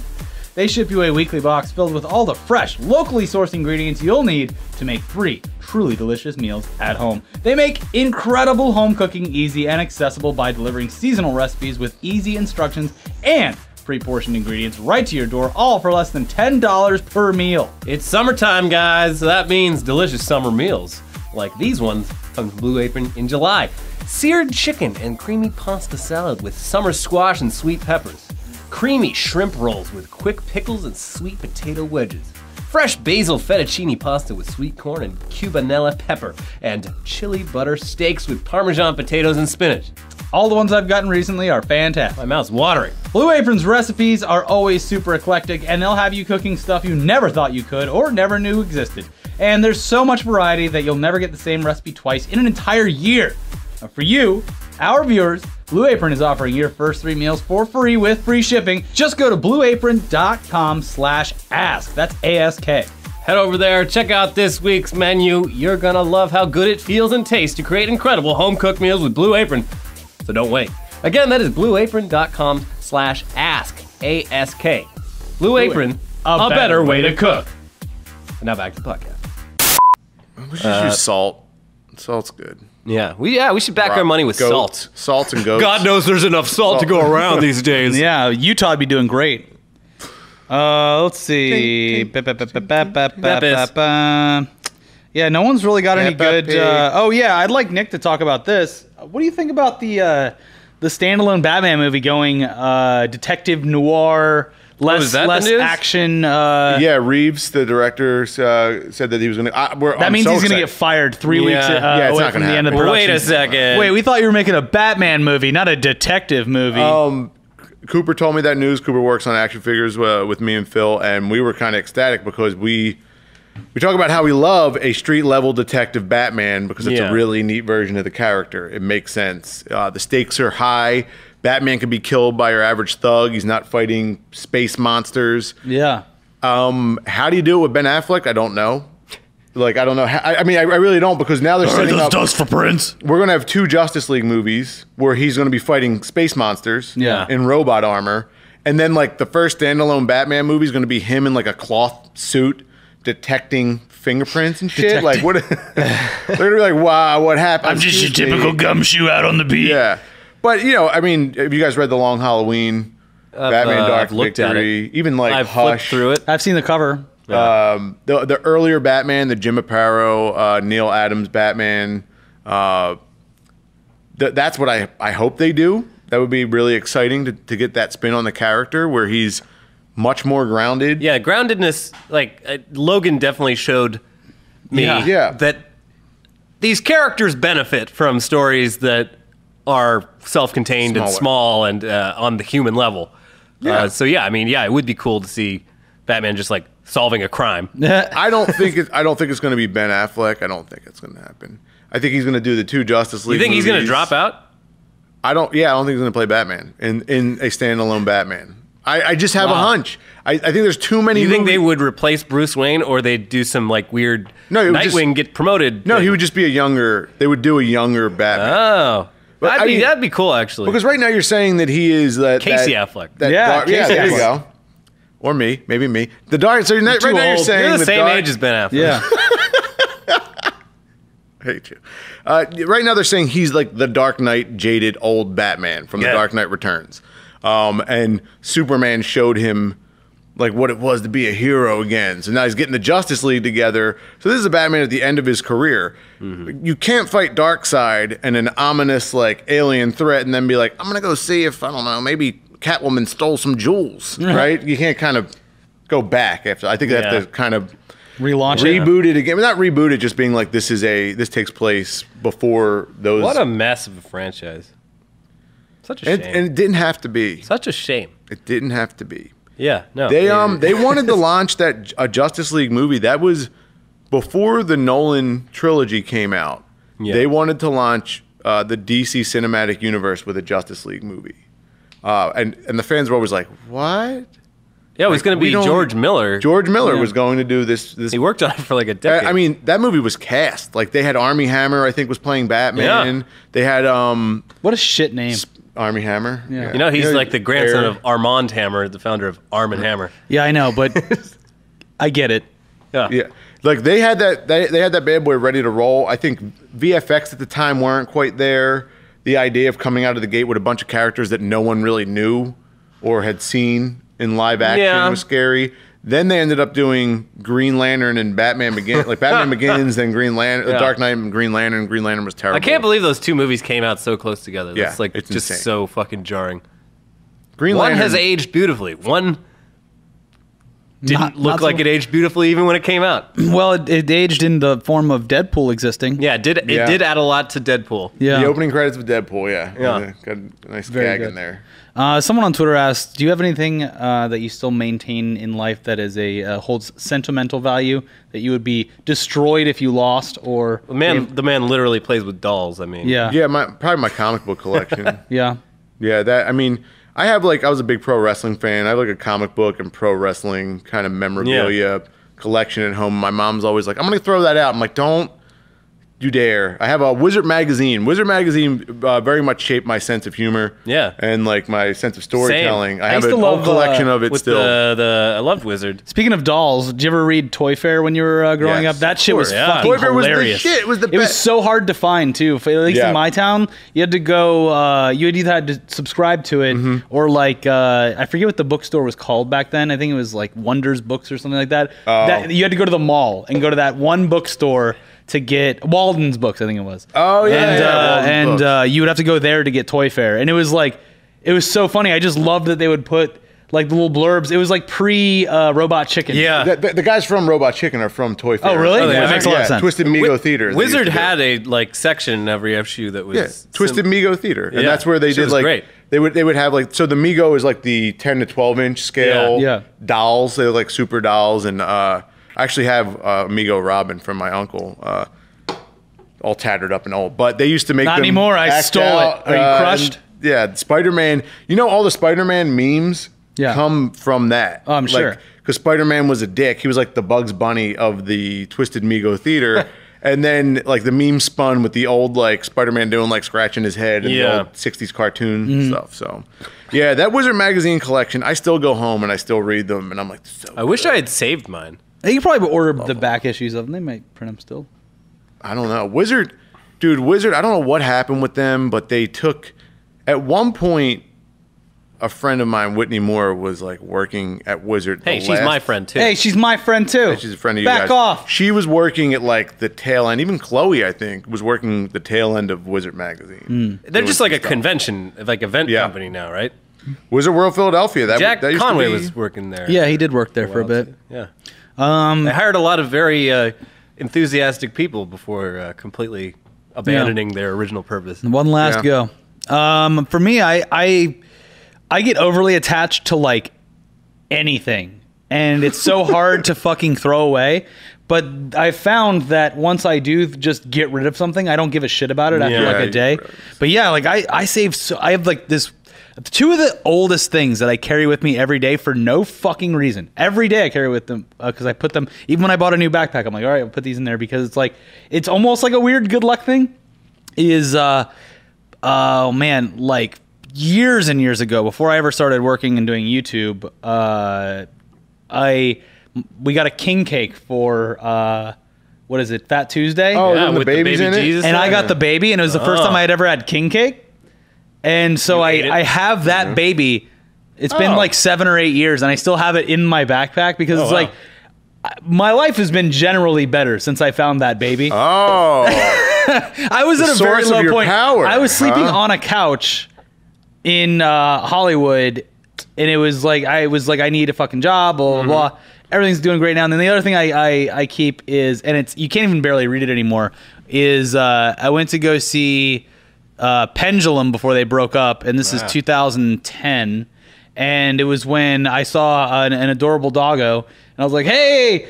[SPEAKER 2] they ship you a weekly box filled with all the fresh, locally sourced ingredients you'll need to make three truly delicious meals at home. They make incredible home cooking easy and accessible by delivering seasonal recipes with easy instructions and pre-portioned ingredients right to your door, all for less than $10 per meal.
[SPEAKER 1] It's summertime, guys, so that means delicious summer meals. Like these ones from Blue Apron in July. Seared chicken and creamy pasta salad with summer squash and sweet peppers. Creamy shrimp rolls with quick pickles and sweet potato wedges. Fresh basil fettuccine pasta with sweet corn and cubanella pepper. And chili butter steaks with parmesan potatoes and spinach.
[SPEAKER 2] All the ones I've gotten recently are fantastic.
[SPEAKER 1] My mouth's watering.
[SPEAKER 2] Blue Apron's recipes are always super eclectic, and they'll have you cooking stuff you never thought you could or never knew existed. And there's so much variety that you'll never get the same recipe twice in an entire year. Now, for you, our viewers, Blue Apron is offering your first three meals for free with free shipping. Just go to blueapron.com slash ask. That's A-S-K.
[SPEAKER 1] Head over there, check out this week's menu. You're gonna love how good it feels and tastes to create incredible home cooked meals with Blue Apron. So don't wait. Again, that is blueapron.com slash ask, A-S-K. Blue Apron, a, better, way to cook. And now back to the podcast.
[SPEAKER 3] We should use salt. Salt's good.
[SPEAKER 1] Yeah, we yeah we should back our money with
[SPEAKER 3] Goats.
[SPEAKER 1] salt.
[SPEAKER 3] Salt and goats.
[SPEAKER 1] God knows there's enough salt, to go around these days.
[SPEAKER 2] Yeah, Utah'd be doing great. Uh, let's see. Yeah, no one's really got any
[SPEAKER 3] Peppa
[SPEAKER 2] good. Uh,
[SPEAKER 3] Pig.
[SPEAKER 2] oh yeah, I'd like Nick to talk about this. What do you think about the uh, the standalone Batman movie going uh, detective noir,
[SPEAKER 1] Oh, is
[SPEAKER 2] less
[SPEAKER 1] that the
[SPEAKER 2] less
[SPEAKER 1] news?
[SPEAKER 2] action? Uh,
[SPEAKER 3] Yeah, Reeves, the director, uh, said that he was going to. That
[SPEAKER 2] That means he's gonna get fired three weeks uh,
[SPEAKER 1] Yeah. Yeah,
[SPEAKER 3] it's
[SPEAKER 2] away
[SPEAKER 3] not
[SPEAKER 2] from
[SPEAKER 3] gonna
[SPEAKER 2] the end of
[SPEAKER 3] happen.
[SPEAKER 2] production.
[SPEAKER 1] Wait a second.
[SPEAKER 2] Wait, we thought you were making a Batman movie, not a detective movie.
[SPEAKER 3] Um, Cooper told me that news. Cooper works on action figures uh, with me and Phil, and we were kind of ecstatic because we we talk about how we love a street level detective Batman because it's
[SPEAKER 1] Yeah.
[SPEAKER 3] a really neat version of the character. It makes sense. Uh, the stakes are high. Batman can be killed by your average thug. He's not fighting space monsters.
[SPEAKER 2] yeah.
[SPEAKER 3] Um, how do you do it with Ben Affleck? I don't know. Like I don't know. How, I, I mean, I, I really don't because now they're setting up.
[SPEAKER 2] for Prince.
[SPEAKER 3] We're gonna have two Justice League movies where he's gonna be fighting space monsters
[SPEAKER 2] Yeah.
[SPEAKER 3] in robot armor, and then like the first standalone Batman movie is gonna be him in like a cloth suit detecting fingerprints and shit. Like what? they're gonna be like, wow, what happened? Excuse me."
[SPEAKER 2] gumshoe out on the beat.
[SPEAKER 3] Yeah, but you know, I mean, have you guys read the Long Halloween? Batman
[SPEAKER 1] uh,
[SPEAKER 3] Dark
[SPEAKER 1] I've looked at it.
[SPEAKER 3] Victory, even like
[SPEAKER 1] I've flipped
[SPEAKER 3] Hush
[SPEAKER 1] through it.
[SPEAKER 2] I've seen the cover.
[SPEAKER 3] um, the the earlier Batman, the Jim Aparo, uh, Neil Adams Batman. Uh, th- that's what I I hope they do. That would be really exciting to, to get that spin on the character where he's much more grounded.
[SPEAKER 1] Yeah, groundedness. Like uh, Logan definitely showed me
[SPEAKER 2] Yeah.
[SPEAKER 3] Yeah.
[SPEAKER 1] that these characters benefit from stories that are self-contained and
[SPEAKER 3] Smaller.
[SPEAKER 1] small and uh, on the human level.
[SPEAKER 3] Yeah.
[SPEAKER 1] Uh, so yeah, I mean, yeah, it would be cool to see Batman just like solving a crime.
[SPEAKER 3] I don't think it's I don't think it's going to be Ben Affleck. I don't think it's going to happen. I think he's going to do the two Justice
[SPEAKER 1] You
[SPEAKER 3] League.
[SPEAKER 1] think he's gonna
[SPEAKER 3] movies.
[SPEAKER 1] drop out?
[SPEAKER 3] I don't. Yeah, I don't think he's going to play Batman in in a standalone Batman. I, I just have a
[SPEAKER 2] Wow.
[SPEAKER 3] hunch. I, I think there's too many.
[SPEAKER 1] Do you think
[SPEAKER 3] movies-
[SPEAKER 1] they would replace Bruce Wayne, or they'd do some like weird
[SPEAKER 3] No, it would just-
[SPEAKER 1] Nightwing get promoted?
[SPEAKER 3] No,
[SPEAKER 1] thing?
[SPEAKER 3] he would just be a younger. They would do a younger Batman.
[SPEAKER 1] Oh,
[SPEAKER 3] But,
[SPEAKER 1] that'd
[SPEAKER 3] I
[SPEAKER 1] be
[SPEAKER 3] mean-
[SPEAKER 1] that'd be cool actually.
[SPEAKER 3] Because right now you're saying that he is that
[SPEAKER 1] Casey
[SPEAKER 3] that-
[SPEAKER 1] Affleck.
[SPEAKER 3] that
[SPEAKER 2] Yeah,
[SPEAKER 3] dark- yeah,
[SPEAKER 2] Casey
[SPEAKER 3] there you
[SPEAKER 2] Affleck.
[SPEAKER 3] go. Or me, maybe me. The dark. So you're not, right
[SPEAKER 1] Too
[SPEAKER 3] now you're
[SPEAKER 1] old.
[SPEAKER 3] saying
[SPEAKER 1] You're the same
[SPEAKER 3] dark-
[SPEAKER 1] age as Ben Affleck.
[SPEAKER 2] yeah.
[SPEAKER 3] I hate you. Uh, right now they're saying he's like the Dark Knight jaded old Batman from
[SPEAKER 1] Yeah.
[SPEAKER 3] the Dark Knight Returns, um, and Superman showed him like what it was to be a hero again. So now he's getting the Justice League together. So this is a Batman at the end of his career.
[SPEAKER 1] Mm-hmm.
[SPEAKER 3] You can't fight Darkseid and an ominous like alien threat and then be like, I'm gonna go see if I don't know maybe Catwoman stole some jewels, right? You can't kind of go back after. I think they
[SPEAKER 1] Yeah.
[SPEAKER 3] have to kind of
[SPEAKER 2] Relaunch it.
[SPEAKER 3] rebooted again. Not rebooted, just being like this is a this takes place before those.
[SPEAKER 1] What a mess of a franchise. Such a
[SPEAKER 3] and,
[SPEAKER 1] shame.
[SPEAKER 3] and it didn't have to be.
[SPEAKER 1] Such a shame.
[SPEAKER 3] It didn't have to be.
[SPEAKER 1] Yeah. No.
[SPEAKER 3] They um they wanted to launch that a Justice League movie that was before the Nolan trilogy came out.
[SPEAKER 1] Yeah.
[SPEAKER 3] They wanted to launch uh, the DC Cinematic Universe with a Justice League movie, uh, and and the fans were always like, "What?"
[SPEAKER 1] yeah, it was going to
[SPEAKER 3] we
[SPEAKER 1] be
[SPEAKER 3] don't-
[SPEAKER 1] George Miller.
[SPEAKER 3] George Miller was going to do this this
[SPEAKER 1] He worked on it for like a
[SPEAKER 3] I-
[SPEAKER 1] decade.
[SPEAKER 3] I mean, that movie was cast. Like they had Army Hammer, I think, was playing Batman.
[SPEAKER 1] Yeah.
[SPEAKER 3] They had um
[SPEAKER 2] What a shit name.
[SPEAKER 3] Army Hammer.
[SPEAKER 2] Yeah.
[SPEAKER 1] you know, he's like the grandson
[SPEAKER 3] Air-
[SPEAKER 1] of Armand Hammer, the founder of Arm and Hammer.
[SPEAKER 2] Yeah, I know, but I get it.
[SPEAKER 1] Yeah.
[SPEAKER 3] Yeah. Like they had that they, they had that bad boy ready to roll. I think VFX at the time weren't quite there. The idea of coming out of the gate with a bunch of characters that no one really knew or had seen in live action
[SPEAKER 1] Yeah.
[SPEAKER 3] was scary. Then they ended up doing Green Lantern and Batman Begins, like Batman Begins, then Green Lantern,
[SPEAKER 1] Yeah.
[SPEAKER 3] The Dark Knight, and Green Lantern. Green Lantern was terrible.
[SPEAKER 1] I can't believe those two movies came out so close together. That's
[SPEAKER 3] Yeah,
[SPEAKER 1] like
[SPEAKER 3] it's
[SPEAKER 1] just
[SPEAKER 3] insane.
[SPEAKER 1] so fucking jarring.
[SPEAKER 3] Green
[SPEAKER 1] One
[SPEAKER 3] Lantern
[SPEAKER 1] has aged beautifully. One didn't
[SPEAKER 2] Not-
[SPEAKER 1] look
[SPEAKER 2] not so-
[SPEAKER 1] like it aged beautifully even when it came out.
[SPEAKER 2] Well, it, it aged in the form of Deadpool existing.
[SPEAKER 1] Yeah, it did it
[SPEAKER 3] Yeah.
[SPEAKER 1] did add a lot to Deadpool.
[SPEAKER 2] Yeah.
[SPEAKER 3] The opening credits with Deadpool, yeah.
[SPEAKER 1] Yeah.
[SPEAKER 3] Got a nice
[SPEAKER 2] Very
[SPEAKER 3] gag
[SPEAKER 2] good.
[SPEAKER 3] in there.
[SPEAKER 2] Uh, someone on Twitter asked, "Do you have anything uh, that you still maintain in life that is a uh, holds sentimental value that you would be destroyed if you lost or
[SPEAKER 1] The man the man literally plays with dolls, I mean.
[SPEAKER 2] yeah,
[SPEAKER 3] Yeah, my probably my comic book collection.
[SPEAKER 2] yeah,
[SPEAKER 3] yeah, that I mean, I have like I was a big pro wrestling fan. I have like a comic book and pro wrestling kind of memorabilia collection at home. My mom's always like, "I'm going to throw that out." I'm like, "Don't you dare!" I have a Wizard magazine. Wizard magazine uh, very much shaped my sense of humor.
[SPEAKER 1] Yeah.
[SPEAKER 3] and like my sense of storytelling. I
[SPEAKER 2] I
[SPEAKER 3] have
[SPEAKER 2] used
[SPEAKER 3] a
[SPEAKER 2] to
[SPEAKER 3] whole
[SPEAKER 2] love,
[SPEAKER 3] collection
[SPEAKER 2] uh,
[SPEAKER 3] of it
[SPEAKER 1] With
[SPEAKER 3] still.
[SPEAKER 1] the the I loved Wizard.
[SPEAKER 2] Speaking of dolls, did you ever read Toy Fair when you were uh, growing
[SPEAKER 3] Yes,
[SPEAKER 2] up? That
[SPEAKER 3] of
[SPEAKER 2] shit was
[SPEAKER 1] course, yeah.
[SPEAKER 2] fucking
[SPEAKER 1] Toy
[SPEAKER 3] Fair was the
[SPEAKER 2] hilarious.
[SPEAKER 3] shit. It was the
[SPEAKER 2] It was
[SPEAKER 3] best.
[SPEAKER 2] so hard to find too. F- At least
[SPEAKER 3] Yeah.
[SPEAKER 2] in my town, you had to go. Uh, you had either had to subscribe to it
[SPEAKER 3] Mm-hmm.
[SPEAKER 2] or like uh, I forget what the bookstore was called back then. I think it was like Wonders Books or something like that.
[SPEAKER 3] Oh.
[SPEAKER 2] that you had to go to the mall and go to that one bookstore to get Walden's books. I think it was.
[SPEAKER 3] Oh, yeah,
[SPEAKER 2] and
[SPEAKER 3] yeah,
[SPEAKER 2] uh,
[SPEAKER 3] Walden's
[SPEAKER 2] and
[SPEAKER 3] books.
[SPEAKER 2] uh, you would have to go there to get Toy Fair, and it was like, it was so funny. I just loved that they would put. Like the little blurbs, it was like pre uh, Robot Chicken.
[SPEAKER 1] Yeah.
[SPEAKER 3] the, the- the guys from Robot Chicken are from Toy Fair.
[SPEAKER 2] really?
[SPEAKER 1] Oh,
[SPEAKER 3] Yeah,
[SPEAKER 1] that makes a
[SPEAKER 2] lot of
[SPEAKER 3] yeah,
[SPEAKER 2] sense.
[SPEAKER 3] Twisted
[SPEAKER 1] Wi-
[SPEAKER 3] Mego Theater. they used
[SPEAKER 1] Wizard
[SPEAKER 3] to do.
[SPEAKER 1] had a like section in every issue that was
[SPEAKER 3] Yeah, Twisted
[SPEAKER 1] sim-
[SPEAKER 3] Mego Theater, and
[SPEAKER 1] Yeah,
[SPEAKER 3] that's where they
[SPEAKER 1] shit
[SPEAKER 3] did
[SPEAKER 1] was
[SPEAKER 3] like
[SPEAKER 1] great.
[SPEAKER 3] they would they would have like so the Mego is like the ten to twelve inch scale
[SPEAKER 2] Yeah. Yeah.
[SPEAKER 3] dolls. They're like super dolls, and uh, I actually have uh, Mego Robin from my uncle, uh, all tattered up and old. But they used to make
[SPEAKER 2] Not
[SPEAKER 3] them
[SPEAKER 2] anymore. I
[SPEAKER 3] act
[SPEAKER 2] stole it.
[SPEAKER 3] out,
[SPEAKER 2] Are you
[SPEAKER 3] uh,
[SPEAKER 2] crushed?
[SPEAKER 3] and- yeah, Spider Man. You know all the Spider Man memes
[SPEAKER 2] Yeah.
[SPEAKER 3] come from that.
[SPEAKER 2] Oh, I'm sure.
[SPEAKER 3] Because Spider Man was a dick. He was like the Bugs Bunny of the Twisted Mego Theater. and then like the meme spun with the old like Spider Man doing like scratching his head and
[SPEAKER 1] Yeah. Mm-hmm.
[SPEAKER 3] the old 60s cartoon stuff. So yeah, that Wizard Magazine collection, I still go home and I still read them and I'm like, so
[SPEAKER 1] I wish I had saved mine.
[SPEAKER 2] You could probably order the back issues of them. They might print them still.
[SPEAKER 3] I don't know. Wizard, dude, Wizard, I don't know what happened with them, but they took, at one point, a friend of mine, Whitney Moore, was like working at Wizard. the
[SPEAKER 1] Hey, she's
[SPEAKER 3] last-
[SPEAKER 1] my friend too.
[SPEAKER 2] Hey, she's my friend too.
[SPEAKER 3] She's a friend of you
[SPEAKER 2] Back
[SPEAKER 3] guys.
[SPEAKER 2] off.
[SPEAKER 3] She was working at like the tail end. Even Chloe, I think, was working the tail end of Wizard magazine.
[SPEAKER 1] They're
[SPEAKER 2] Hmm.
[SPEAKER 3] Doing
[SPEAKER 1] just like
[SPEAKER 3] some
[SPEAKER 1] a
[SPEAKER 3] stuff.
[SPEAKER 1] convention, like event
[SPEAKER 3] Yeah.
[SPEAKER 1] company now, right?
[SPEAKER 3] Wizard World Philadelphia. That
[SPEAKER 1] Jack
[SPEAKER 3] that used to
[SPEAKER 1] Conway
[SPEAKER 3] be-
[SPEAKER 1] was working there.
[SPEAKER 2] Yeah, he did work there for a bit.
[SPEAKER 1] Yeah. Um, they hired a lot of very uh, enthusiastic people before uh, completely abandoning their original purpose.
[SPEAKER 2] One last
[SPEAKER 3] Yeah.
[SPEAKER 2] go. Um, for me, I I I get overly attached to like anything, and it's so hard to fucking throw away. But I found that once I do just get rid of something, I don't give a shit about it after
[SPEAKER 3] Yeah,
[SPEAKER 2] like a
[SPEAKER 3] you-
[SPEAKER 2] day. But yeah, like I I save so I have like this two of the oldest things that I carry with me every day for no fucking reason. Every day I carry with them because I put them even when I bought a new backpack. I'm like, all right, I'll put these in there because it's like it's almost like a weird good luck thing. Is uh oh man, like years and years ago, before I ever started working and doing YouTube, uh, I we got a king cake for uh, what is it, Fat Tuesday?
[SPEAKER 3] Oh,
[SPEAKER 1] Yeah,
[SPEAKER 3] yeah, the
[SPEAKER 1] with the
[SPEAKER 3] babies
[SPEAKER 1] baby
[SPEAKER 3] in it.
[SPEAKER 1] Jesus.
[SPEAKER 2] and I got the baby, and it was the first time I had ever had king cake, and so
[SPEAKER 1] Oh. ate it?
[SPEAKER 2] I I have that baby. It's been
[SPEAKER 1] Oh.
[SPEAKER 2] like seven or eight years, and I still have it in my backpack because it's
[SPEAKER 1] wow.
[SPEAKER 2] like. I- My life has been generally better since I found that baby.
[SPEAKER 3] Oh,
[SPEAKER 2] I was at a very
[SPEAKER 3] source of
[SPEAKER 2] low
[SPEAKER 3] your
[SPEAKER 2] point.
[SPEAKER 3] power,
[SPEAKER 2] I was sleeping
[SPEAKER 3] huh?
[SPEAKER 2] on a couch in uh, Hollywood, and it was like I was like I need a fucking job, blah blah
[SPEAKER 3] Mm-hmm.
[SPEAKER 2] blah. Everything's doing great now. And then the other thing I, I I keep is, and it's you can't even barely read it anymore. Is uh, I went to go see uh, Pendulum before they broke up, and
[SPEAKER 3] Ah.
[SPEAKER 2] this is 2010. And it was when I saw an, an adorable doggo, and I was like, "Hey,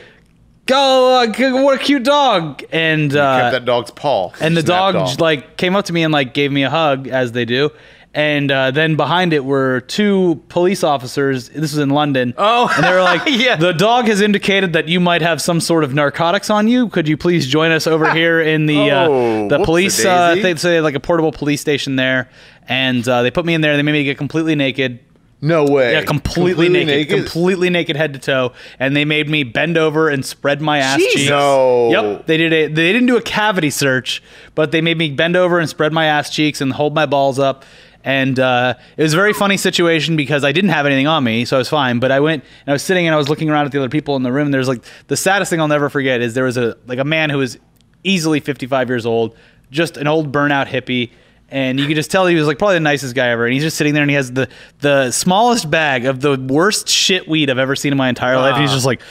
[SPEAKER 2] go! Uh, what a cute dog!" And uh,
[SPEAKER 3] kept that dog's paw.
[SPEAKER 2] and the
[SPEAKER 3] Snapped
[SPEAKER 2] dog,
[SPEAKER 3] off.
[SPEAKER 2] like came up to me and like gave me a hug as they do and uh, then behind it were two police officers this was in london
[SPEAKER 1] Oh.
[SPEAKER 2] and they were like
[SPEAKER 1] Yeah.
[SPEAKER 2] the dog has indicated that you might have some sort of narcotics on you could you please join us over here in the uh,
[SPEAKER 3] Oh,
[SPEAKER 2] the
[SPEAKER 3] whoops-a-daisy.
[SPEAKER 2] police uh, thing so they had like a portable police station there and uh, they put me in there they made me get completely naked
[SPEAKER 3] no way.
[SPEAKER 2] yeah, completely, naked, completely naked head to toe, and they made me bend over and spread my ass
[SPEAKER 1] Jesus.
[SPEAKER 2] cheeks.
[SPEAKER 3] No.
[SPEAKER 2] Yep, they did a they didn't do a cavity search, but they made me bend over and spread my ass cheeks and hold my balls up. And uh, it was a very funny situation because I didn't have anything on me, so I was fine. But I went and I was sitting and I was looking around at the other people in the room. There's like the saddest thing I'll never forget is there was a like a man who was easily 55 years old, just an old burnout hippie. And you could just tell he was like probably the nicest guy ever. And he's just sitting there and he has the the smallest bag of the worst shit weed I've ever seen in my entire life. And he's just like,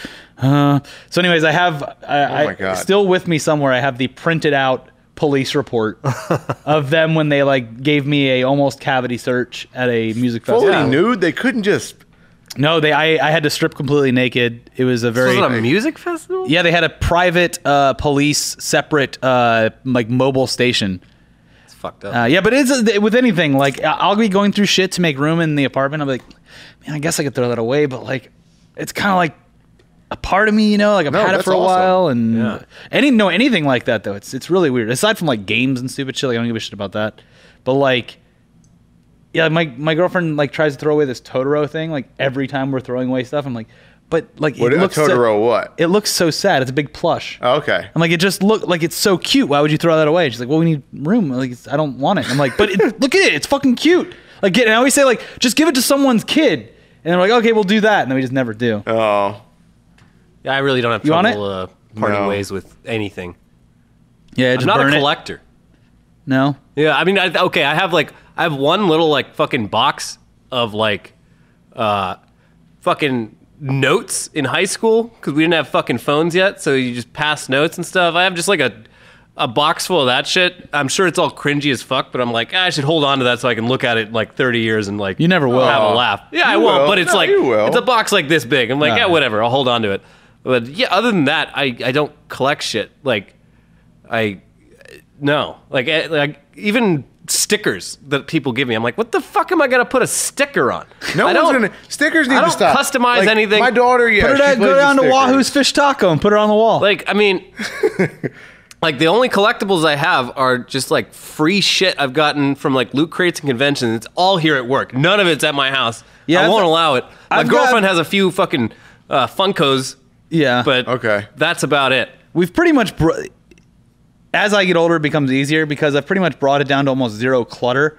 [SPEAKER 2] uh. So, anyways, I have I,
[SPEAKER 3] Ah. Oh my
[SPEAKER 2] I-
[SPEAKER 3] God.
[SPEAKER 2] still with me somewhere. I have the printed out police report of them when they like gave me a almost cavity search at a music
[SPEAKER 3] fully
[SPEAKER 2] festival.
[SPEAKER 3] nude. They couldn't just.
[SPEAKER 2] No, they I, I had to strip completely naked. It was a very
[SPEAKER 1] Was it a music festival?
[SPEAKER 2] yeah, they had a private uh, police separate uh, like mobile station.
[SPEAKER 1] It's fucked up.
[SPEAKER 2] Uh, yeah, but it's with anything like I- I'll be going through shit to make room in the apartment. I'm like, man, I guess I could throw that away, but like, it's kind of like a part of me, you know. Like I've
[SPEAKER 3] No,
[SPEAKER 2] had it
[SPEAKER 3] that's
[SPEAKER 2] for a
[SPEAKER 3] awesome.
[SPEAKER 2] while, and
[SPEAKER 1] Yeah.
[SPEAKER 2] any no anything like that though. It's it's really weird. Aside from like games and stupid shit, like I don't give a shit about that. But like, yeah, my my girlfriend like tries to throw away this Totoro thing like every time we're throwing away stuff. I'm like, but like
[SPEAKER 3] What,
[SPEAKER 2] it
[SPEAKER 3] a
[SPEAKER 2] looks so-
[SPEAKER 3] Totoro what?
[SPEAKER 2] it looks so sad. It's a big plush.
[SPEAKER 3] Oh, okay.
[SPEAKER 2] I'm like, it just looked like it's so cute. Why would you throw that away? She's like, well, we need room. I'm Like, it's- I don't want it. I'm like, but it, look at it. It's fucking cute. Like, get, and I always say like, just give it to someone's kid. And they're like, okay, we'll do that. And then we just never do.
[SPEAKER 3] Oh,
[SPEAKER 1] Yeah, I really don't have
[SPEAKER 2] You want
[SPEAKER 1] trouble uh, parting
[SPEAKER 3] No.
[SPEAKER 1] ways with anything.
[SPEAKER 2] Yeah, just
[SPEAKER 1] I'm not
[SPEAKER 2] burn
[SPEAKER 1] a
[SPEAKER 2] it.
[SPEAKER 1] collector.
[SPEAKER 2] No.
[SPEAKER 1] Yeah, I mean, I, okay, I have like I have one little like fucking box of like uh fucking notes in high school because we didn't have fucking phones yet, so you just pass notes and stuff. I have just like a a box full of that shit. I'm sure it's all cringy as fuck, but I'm like, ah, I should hold on to that so I can look at it in like 30 years and like
[SPEAKER 2] You never will.
[SPEAKER 1] have a laugh. Yeah, I
[SPEAKER 3] You
[SPEAKER 1] won't,
[SPEAKER 3] will.
[SPEAKER 1] but it's
[SPEAKER 3] No,
[SPEAKER 1] like
[SPEAKER 3] you will.
[SPEAKER 1] it's a box like this big. I'm like,
[SPEAKER 2] No.
[SPEAKER 1] yeah, whatever. I'll hold on to it. But yeah, other than that, I I don't collect shit like. I no, like eh, like even stickers that people give me. I'm like, what the fuck am I gonna put a sticker on?
[SPEAKER 3] no
[SPEAKER 1] I
[SPEAKER 3] one's
[SPEAKER 1] don't-
[SPEAKER 3] gonna. Stickers need
[SPEAKER 1] I
[SPEAKER 3] to
[SPEAKER 1] don't
[SPEAKER 3] stop.
[SPEAKER 1] customize
[SPEAKER 3] Like,
[SPEAKER 1] anything.
[SPEAKER 3] My daughter, yeah,
[SPEAKER 2] Put it
[SPEAKER 3] she
[SPEAKER 2] out,
[SPEAKER 3] plays
[SPEAKER 2] go
[SPEAKER 3] with
[SPEAKER 2] down to
[SPEAKER 3] stickers.
[SPEAKER 2] Wahoo's Fish Taco and put it on the wall.
[SPEAKER 1] Like, I mean, like the only collectibles I have are just like free shit I've gotten from like loot crates and conventions. It's all here at work. None of it's at my house.
[SPEAKER 2] Yeah,
[SPEAKER 1] I
[SPEAKER 2] I've-
[SPEAKER 1] won't allow it. My
[SPEAKER 2] I've got-
[SPEAKER 1] girlfriend has a few fucking uh, Funkos,
[SPEAKER 2] yeah.
[SPEAKER 1] but
[SPEAKER 3] Okay.
[SPEAKER 1] that's about it.
[SPEAKER 2] we've pretty much br- as i get older it becomes easier because i've pretty much brought it down to almost zero clutter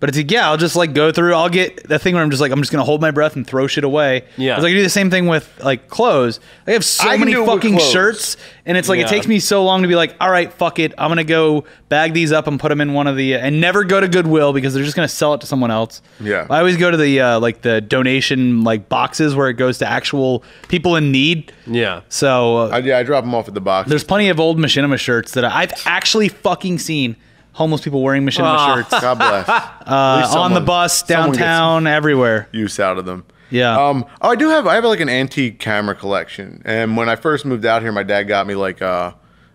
[SPEAKER 2] but it's like yeah i'll just like go through i'll get the thing where i'm just like i'm just gonna hold my breath and throw shit away
[SPEAKER 1] Yeah.
[SPEAKER 2] 'Cause i can do the same thing with like clothes i have so
[SPEAKER 3] I can
[SPEAKER 2] many
[SPEAKER 3] do it with
[SPEAKER 2] fucking
[SPEAKER 3] clothes.
[SPEAKER 2] shirts and it's like it
[SPEAKER 1] Yeah.
[SPEAKER 2] takes me so long to be like all right fuck it i'm gonna go bag these up and put them in one of the and never go to goodwill because they're just gonna sell it to someone else
[SPEAKER 3] Yeah.
[SPEAKER 2] i always go to the uh, like the donation like boxes where it goes to actual people in need
[SPEAKER 1] Yeah.
[SPEAKER 2] so uh,
[SPEAKER 3] I, yeah, I drop them off at the box.
[SPEAKER 2] there's plenty of old machinima shirts that I've actually fucking seen homeless people wearing machinima
[SPEAKER 1] Aw.
[SPEAKER 2] shirts
[SPEAKER 3] God bless.
[SPEAKER 2] uh, on the
[SPEAKER 3] someone-
[SPEAKER 2] bus,
[SPEAKER 3] someone gets
[SPEAKER 2] downtown, everywhere.
[SPEAKER 3] use out of them.
[SPEAKER 2] Yeah.
[SPEAKER 3] Um. Oh, I do have. I have like an antique camera collection, and when I first moved out here, my dad got me like uh,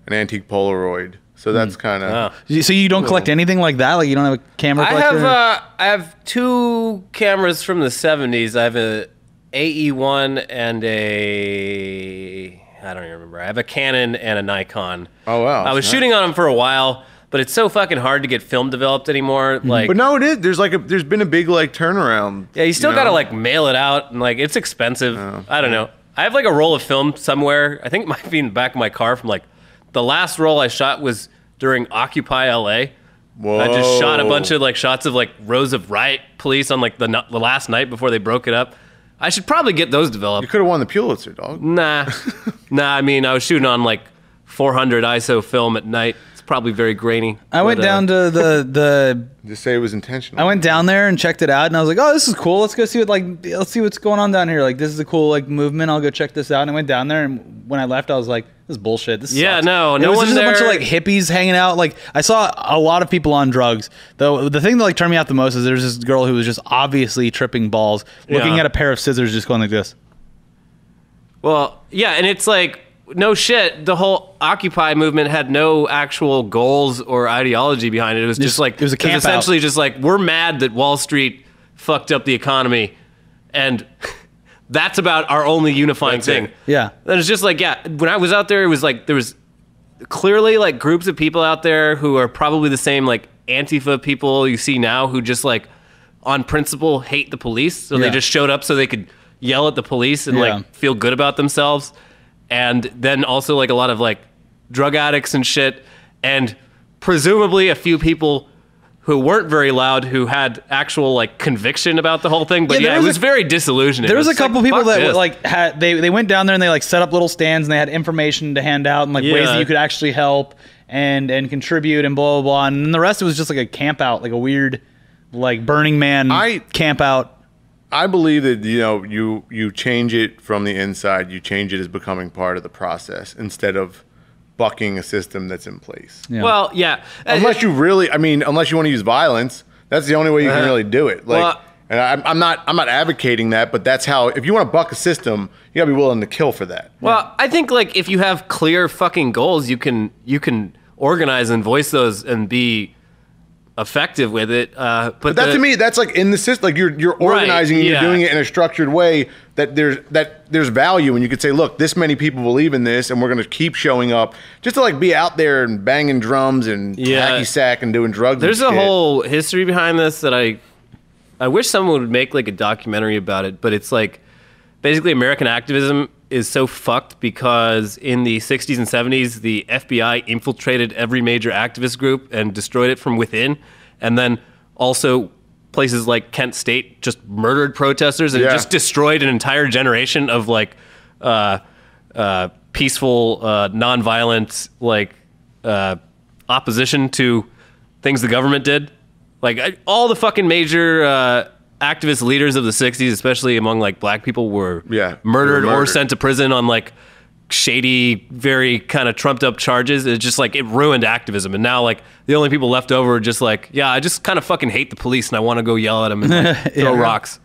[SPEAKER 3] an antique Polaroid. So that's kind of.
[SPEAKER 1] Hmm. Wow.
[SPEAKER 2] You- So you don't collect anything like that? Like you don't have a camera
[SPEAKER 1] I
[SPEAKER 2] collector?
[SPEAKER 1] have uh, I have two cameras from the '70s. I have a AE1 and a I don't even remember. I have a Canon and a Nikon.
[SPEAKER 3] Oh, wow.
[SPEAKER 1] I was
[SPEAKER 3] Nice.
[SPEAKER 1] shooting on them for a while, but it's so fucking hard to get film developed anymore. Like,
[SPEAKER 3] Mm-hmm. But no, it is. There's like a. There's been a big like turnaround.
[SPEAKER 1] yeah, you still
[SPEAKER 3] know?
[SPEAKER 1] gotta like mail it out, and like it's expensive. I don't know. I have like a roll of film somewhere. I think it might be in the back of my car from like the last roll I shot was during Occupy LA.
[SPEAKER 3] Whoa.
[SPEAKER 1] I just shot a
[SPEAKER 2] Oh.
[SPEAKER 1] bunch of like shots of like rows of riot police on like the, nu- the last night before they broke it up. I should probably get those
[SPEAKER 3] You
[SPEAKER 1] developed.
[SPEAKER 3] could have won the Pulitzer, dog.
[SPEAKER 1] Nah, nah. I mean, I was shooting on like 400 ISO film at night. It's probably very grainy. uh,
[SPEAKER 2] I went down to the the
[SPEAKER 3] Just say it was intentional.
[SPEAKER 2] I went down there and checked it out, and I was like, "Oh, this is cool. Let's go see what like let's see what's going on down here. Like this is a cool like movement. I'll go check this out." And I went down there, and when I left, I was like, "This is bullshit. This
[SPEAKER 1] Yeah,
[SPEAKER 2] sucks."
[SPEAKER 1] no,
[SPEAKER 2] It
[SPEAKER 1] no
[SPEAKER 2] was
[SPEAKER 1] one
[SPEAKER 2] just a bunch of
[SPEAKER 1] there-
[SPEAKER 2] like hippies hanging out. Like I saw a lot of people on drugs. Though the thing that like turned me off the most is there's this girl who was just obviously tripping balls, looking
[SPEAKER 1] Yeah.
[SPEAKER 2] at a pair of scissors, just going like this.
[SPEAKER 1] Well, yeah, and it's like no shit. The whole Occupy movement had no actual goals or ideology behind it. It was just like
[SPEAKER 2] it was a camp out.
[SPEAKER 1] essentially just like we're mad that Wall Street fucked up the economy, and that's about our only unifying
[SPEAKER 3] That's it.
[SPEAKER 1] thing.
[SPEAKER 2] Yeah.
[SPEAKER 1] And it's just like, yeah, when I was out there, it was like there was clearly like groups of people out there who are probably the same like Antifa people you see now who just like on principle hate the police. So
[SPEAKER 2] Yeah.
[SPEAKER 1] they just showed up so they could yell at the police and
[SPEAKER 2] Yeah.
[SPEAKER 1] like feel good about themselves. And then also like a lot of like drug addicts and shit. And presumably a few people who weren't very loud who had actual like conviction about the whole thing. But
[SPEAKER 2] Yeah, there
[SPEAKER 1] yeah, it
[SPEAKER 2] was
[SPEAKER 1] was
[SPEAKER 2] a-
[SPEAKER 1] very disillusioning.
[SPEAKER 2] There
[SPEAKER 1] It
[SPEAKER 2] was a
[SPEAKER 1] just like,
[SPEAKER 2] couple people
[SPEAKER 1] fuck
[SPEAKER 2] that
[SPEAKER 1] this.
[SPEAKER 2] like had they they went down there and they like set up little stands and they had information to hand out and like ways
[SPEAKER 1] Yeah.
[SPEAKER 2] that you could actually help and and contribute and blah blah blah and then the rest of it was just like a camp out like a weird like Burning Man
[SPEAKER 3] I-
[SPEAKER 2] camp out.
[SPEAKER 3] I believe that you know you you change it from the inside. You change it as becoming part of the process instead of bucking a system that's in place.
[SPEAKER 2] Yeah.
[SPEAKER 1] Well, yeah.
[SPEAKER 3] Unless you really, I mean, unless you want to use violence, that's the only way you can
[SPEAKER 1] Uh-huh.
[SPEAKER 3] really do it. Like,
[SPEAKER 1] Well-
[SPEAKER 3] and I'm, I'm not I'm not advocating that, but that's how. If you want to buck a system, you gotta be willing to kill for that.
[SPEAKER 1] Well, I think like if you have clear fucking goals, you can you can organize and voice those and be effective with it. Uh, but
[SPEAKER 3] But that
[SPEAKER 1] the-
[SPEAKER 3] to me, that's like in the system. Like you're you're organizing and
[SPEAKER 1] yeah.
[SPEAKER 3] you're doing it in a structured way that there's that there's value, and you could say, look, this many people believe in this, and we're going to keep showing up just to like be out there and banging drums and
[SPEAKER 1] Yeah.
[SPEAKER 3] hacky sack and doing drugs.
[SPEAKER 1] there's
[SPEAKER 3] and
[SPEAKER 1] a
[SPEAKER 3] shit.
[SPEAKER 1] whole history behind this that I I wish someone would make like a documentary about it. But it's like basically American activism is so fucked because in the 60s and 70s the FBI infiltrated every major activist group and destroyed it from within, and then also places like Kent State just murdered protesters and it
[SPEAKER 3] Yeah.
[SPEAKER 1] just destroyed an entire generation of like uh, uh, peaceful, uh, nonviolent like uh, opposition to things the government did. Like I, all the fucking major uh, activist leaders of the '60s, especially among like black people, were
[SPEAKER 3] Yeah,
[SPEAKER 1] murdered,
[SPEAKER 3] they were
[SPEAKER 1] or
[SPEAKER 3] murdered.
[SPEAKER 1] sent to prison on like shady, very kind of trumped up charges. It's just like it ruined activism, and now like the only people left over are just like, yeah, I just kind of fucking hate the police, and I want to go yell at them and like, throw rocks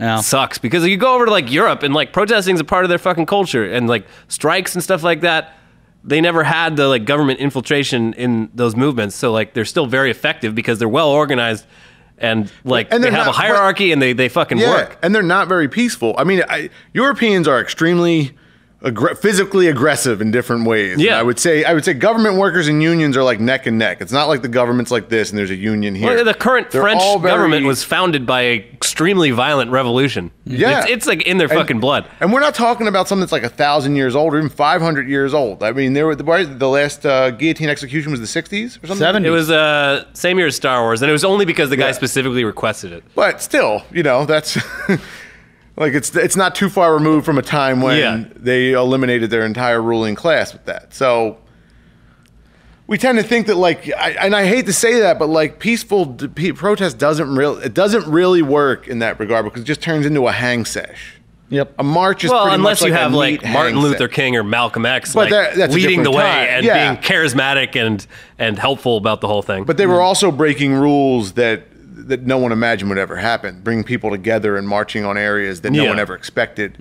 [SPEAKER 3] Oh.
[SPEAKER 2] Yeah.
[SPEAKER 1] sucks because you go over to like Europe and like protesting is a part of their fucking culture and like strikes and stuff like that. They never had the like government infiltration in those movements, so like they're still very effective because they're well organized and like
[SPEAKER 3] And
[SPEAKER 1] they
[SPEAKER 3] they're
[SPEAKER 1] have
[SPEAKER 3] not-
[SPEAKER 1] a hierarchy and they they fucking
[SPEAKER 3] yeah,
[SPEAKER 1] work.
[SPEAKER 3] and they're not very peaceful. I mean, I, Europeans are extremely. Aggr- physically aggressive in different ways. And
[SPEAKER 1] Yeah.
[SPEAKER 3] I would say I would say government workers and unions are like neck and neck. It's not like the government's like this and there's a union here.
[SPEAKER 1] Well, the current
[SPEAKER 3] They're
[SPEAKER 1] French
[SPEAKER 3] all very-
[SPEAKER 1] government was founded by an extremely violent revolution.
[SPEAKER 3] Mm-hmm. Yeah.
[SPEAKER 1] it's, it's like in their
[SPEAKER 3] And-
[SPEAKER 1] fucking blood.
[SPEAKER 3] And we're not talking about something that's like a thousand years old or even five hundred years old. I mean, there were the, the last uh, guillotine execution was the sixties or something.
[SPEAKER 2] Seventy.
[SPEAKER 1] It was uh same year as Star Wars, and it was only because the guy
[SPEAKER 3] Yeah.
[SPEAKER 1] specifically requested it.
[SPEAKER 3] But still, you know, that's like it's it's not too far removed from a time when
[SPEAKER 1] Yeah.
[SPEAKER 3] they eliminated their entire ruling class with that. So we tend to think that like, I, and I hate to say that, but like peaceful d- pe- protest doesn't real it doesn't really work in that regard because it just turns into a hang sesh.
[SPEAKER 2] Yep.
[SPEAKER 3] A march is
[SPEAKER 1] Well,
[SPEAKER 3] pretty
[SPEAKER 1] unless
[SPEAKER 3] much
[SPEAKER 1] you
[SPEAKER 3] like a
[SPEAKER 1] have
[SPEAKER 3] neat
[SPEAKER 1] like Martin
[SPEAKER 3] hang
[SPEAKER 1] Luther
[SPEAKER 3] set.
[SPEAKER 1] King or Malcolm X, like
[SPEAKER 3] But that- that's a
[SPEAKER 1] leading the
[SPEAKER 3] different
[SPEAKER 1] way
[SPEAKER 3] time.
[SPEAKER 1] and
[SPEAKER 3] Yeah.
[SPEAKER 1] being charismatic and and helpful about the whole thing.
[SPEAKER 3] But they were also breaking rules that that no one imagined would ever happen, bringing people together and marching on areas that no
[SPEAKER 1] Yeah. Mm-hmm.
[SPEAKER 3] one ever expected.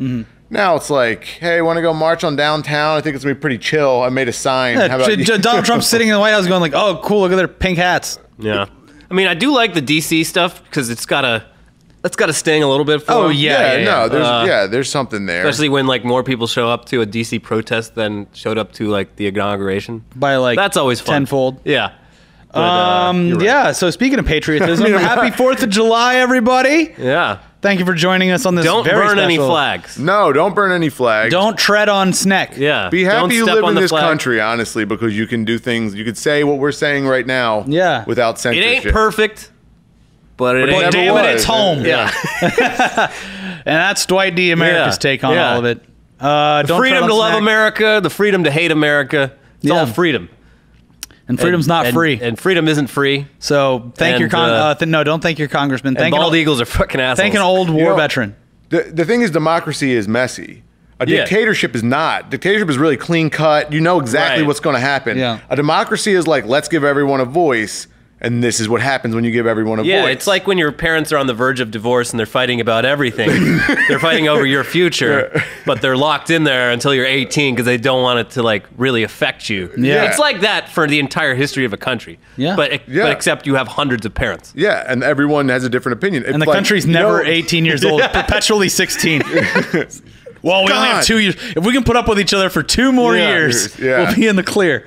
[SPEAKER 3] Now it's like, hey, want to go march on downtown? I think it's gonna be pretty chill. I made a sign. How about you?
[SPEAKER 2] J- J- Donald Trump sitting in the White House going like, "Oh, cool! Look at their pink hats."
[SPEAKER 1] yeah, I mean, I do like the DC stuff because it's got a that's got a sting a little bit. For
[SPEAKER 2] Oh,
[SPEAKER 1] him.
[SPEAKER 2] yeah,
[SPEAKER 3] yeah, no, there's
[SPEAKER 1] Uh,
[SPEAKER 3] yeah, there's something there.
[SPEAKER 1] especially when like more people show up to a DC protest than showed up to like the inauguration.
[SPEAKER 2] By, like,
[SPEAKER 1] that's always fun.
[SPEAKER 2] tenfold.
[SPEAKER 1] Yeah. But, uh,
[SPEAKER 2] Um,
[SPEAKER 1] you're right.
[SPEAKER 2] yeah. So speaking of patriotism, happy Fourth of July, everybody!
[SPEAKER 1] Yeah.
[SPEAKER 2] Thank you for joining us on this.
[SPEAKER 1] Don't
[SPEAKER 2] very
[SPEAKER 1] burn any
[SPEAKER 2] special-
[SPEAKER 1] flags.
[SPEAKER 3] no, don't burn any flags.
[SPEAKER 2] Don't tread on Sneck.
[SPEAKER 1] Yeah.
[SPEAKER 3] be
[SPEAKER 1] Don't
[SPEAKER 3] happy you
[SPEAKER 1] step
[SPEAKER 3] live
[SPEAKER 1] on
[SPEAKER 3] in
[SPEAKER 1] the
[SPEAKER 3] this
[SPEAKER 1] flag.
[SPEAKER 3] country, honestly, because you can do things. You could say what we're saying right now,
[SPEAKER 2] Yeah.
[SPEAKER 3] without
[SPEAKER 1] It
[SPEAKER 3] censorship.
[SPEAKER 1] ain't perfect, but it
[SPEAKER 3] it
[SPEAKER 1] ain't.
[SPEAKER 3] never
[SPEAKER 2] damn it,
[SPEAKER 3] was.
[SPEAKER 2] it's home.
[SPEAKER 1] yeah.
[SPEAKER 2] And that's Dwight D. America's
[SPEAKER 1] Yeah.
[SPEAKER 2] take on
[SPEAKER 1] Yeah.
[SPEAKER 2] all of it. Uh, don't tread
[SPEAKER 1] freedom
[SPEAKER 2] on
[SPEAKER 1] to love
[SPEAKER 2] Snack.
[SPEAKER 1] America, the freedom to hate America. It's
[SPEAKER 2] Yeah.
[SPEAKER 1] all freedom.
[SPEAKER 2] and freedom's not
[SPEAKER 1] And-
[SPEAKER 2] free.
[SPEAKER 1] And freedom isn't free.
[SPEAKER 2] so thank
[SPEAKER 1] and,
[SPEAKER 2] your con- uh,
[SPEAKER 1] uh,
[SPEAKER 2] th- no, don't thank your congressman.
[SPEAKER 1] And
[SPEAKER 2] Thank an,
[SPEAKER 1] bald
[SPEAKER 2] ol-
[SPEAKER 1] eagles are fucking assholes.
[SPEAKER 2] thank an old war
[SPEAKER 3] know-
[SPEAKER 2] veteran.
[SPEAKER 3] The, the thing is, democracy is messy. A
[SPEAKER 1] Yeah.
[SPEAKER 3] dictatorship is not. Dictatorship is really clean cut. You know exactly
[SPEAKER 1] Right.
[SPEAKER 3] what's going to happen.
[SPEAKER 2] Yeah.
[SPEAKER 3] A democracy is like, let's give everyone a voice, and this is what happens when you give everyone a
[SPEAKER 1] Yeah,
[SPEAKER 3] voice.
[SPEAKER 1] it's like when your parents are on the verge of divorce and they're fighting about everything. they're fighting over your future, but they're locked in there until you're 18 because they don't want it to like really affect you.
[SPEAKER 2] Yeah.
[SPEAKER 1] it's like that for the entire history of a country.
[SPEAKER 2] Yeah.
[SPEAKER 1] but,
[SPEAKER 3] Yeah.
[SPEAKER 1] but except you have hundreds of parents.
[SPEAKER 3] yeah, and everyone has a different opinion.
[SPEAKER 2] And the country's never 18 years old, perpetually 16. well, we only have
[SPEAKER 3] God.
[SPEAKER 2] two years. If we can put up with each other for two more
[SPEAKER 3] Yeah.
[SPEAKER 2] years,
[SPEAKER 3] Yeah.
[SPEAKER 2] we'll be in the clear.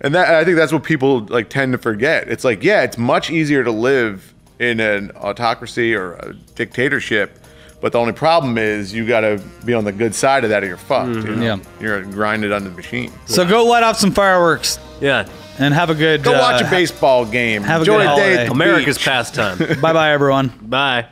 [SPEAKER 3] And that I think that's what people like tend to forget. It's like, yeah, it's much easier to live in an autocracy or a dictatorship, but the only problem is you got to be on the good side of that, or you're fucked. you know?
[SPEAKER 2] Mm-hmm. Yeah.
[SPEAKER 3] you're grinded on the machine.
[SPEAKER 2] So go light off some fireworks
[SPEAKER 1] Yeah,
[SPEAKER 2] and have a good.
[SPEAKER 3] Go watch
[SPEAKER 2] uh,
[SPEAKER 3] a baseball game.
[SPEAKER 2] have a
[SPEAKER 3] Enjoy
[SPEAKER 2] good
[SPEAKER 3] a day.
[SPEAKER 2] holiday.
[SPEAKER 3] at the
[SPEAKER 1] America's
[SPEAKER 3] beach.
[SPEAKER 1] pastime.
[SPEAKER 2] Bye bye, everyone.
[SPEAKER 1] Bye.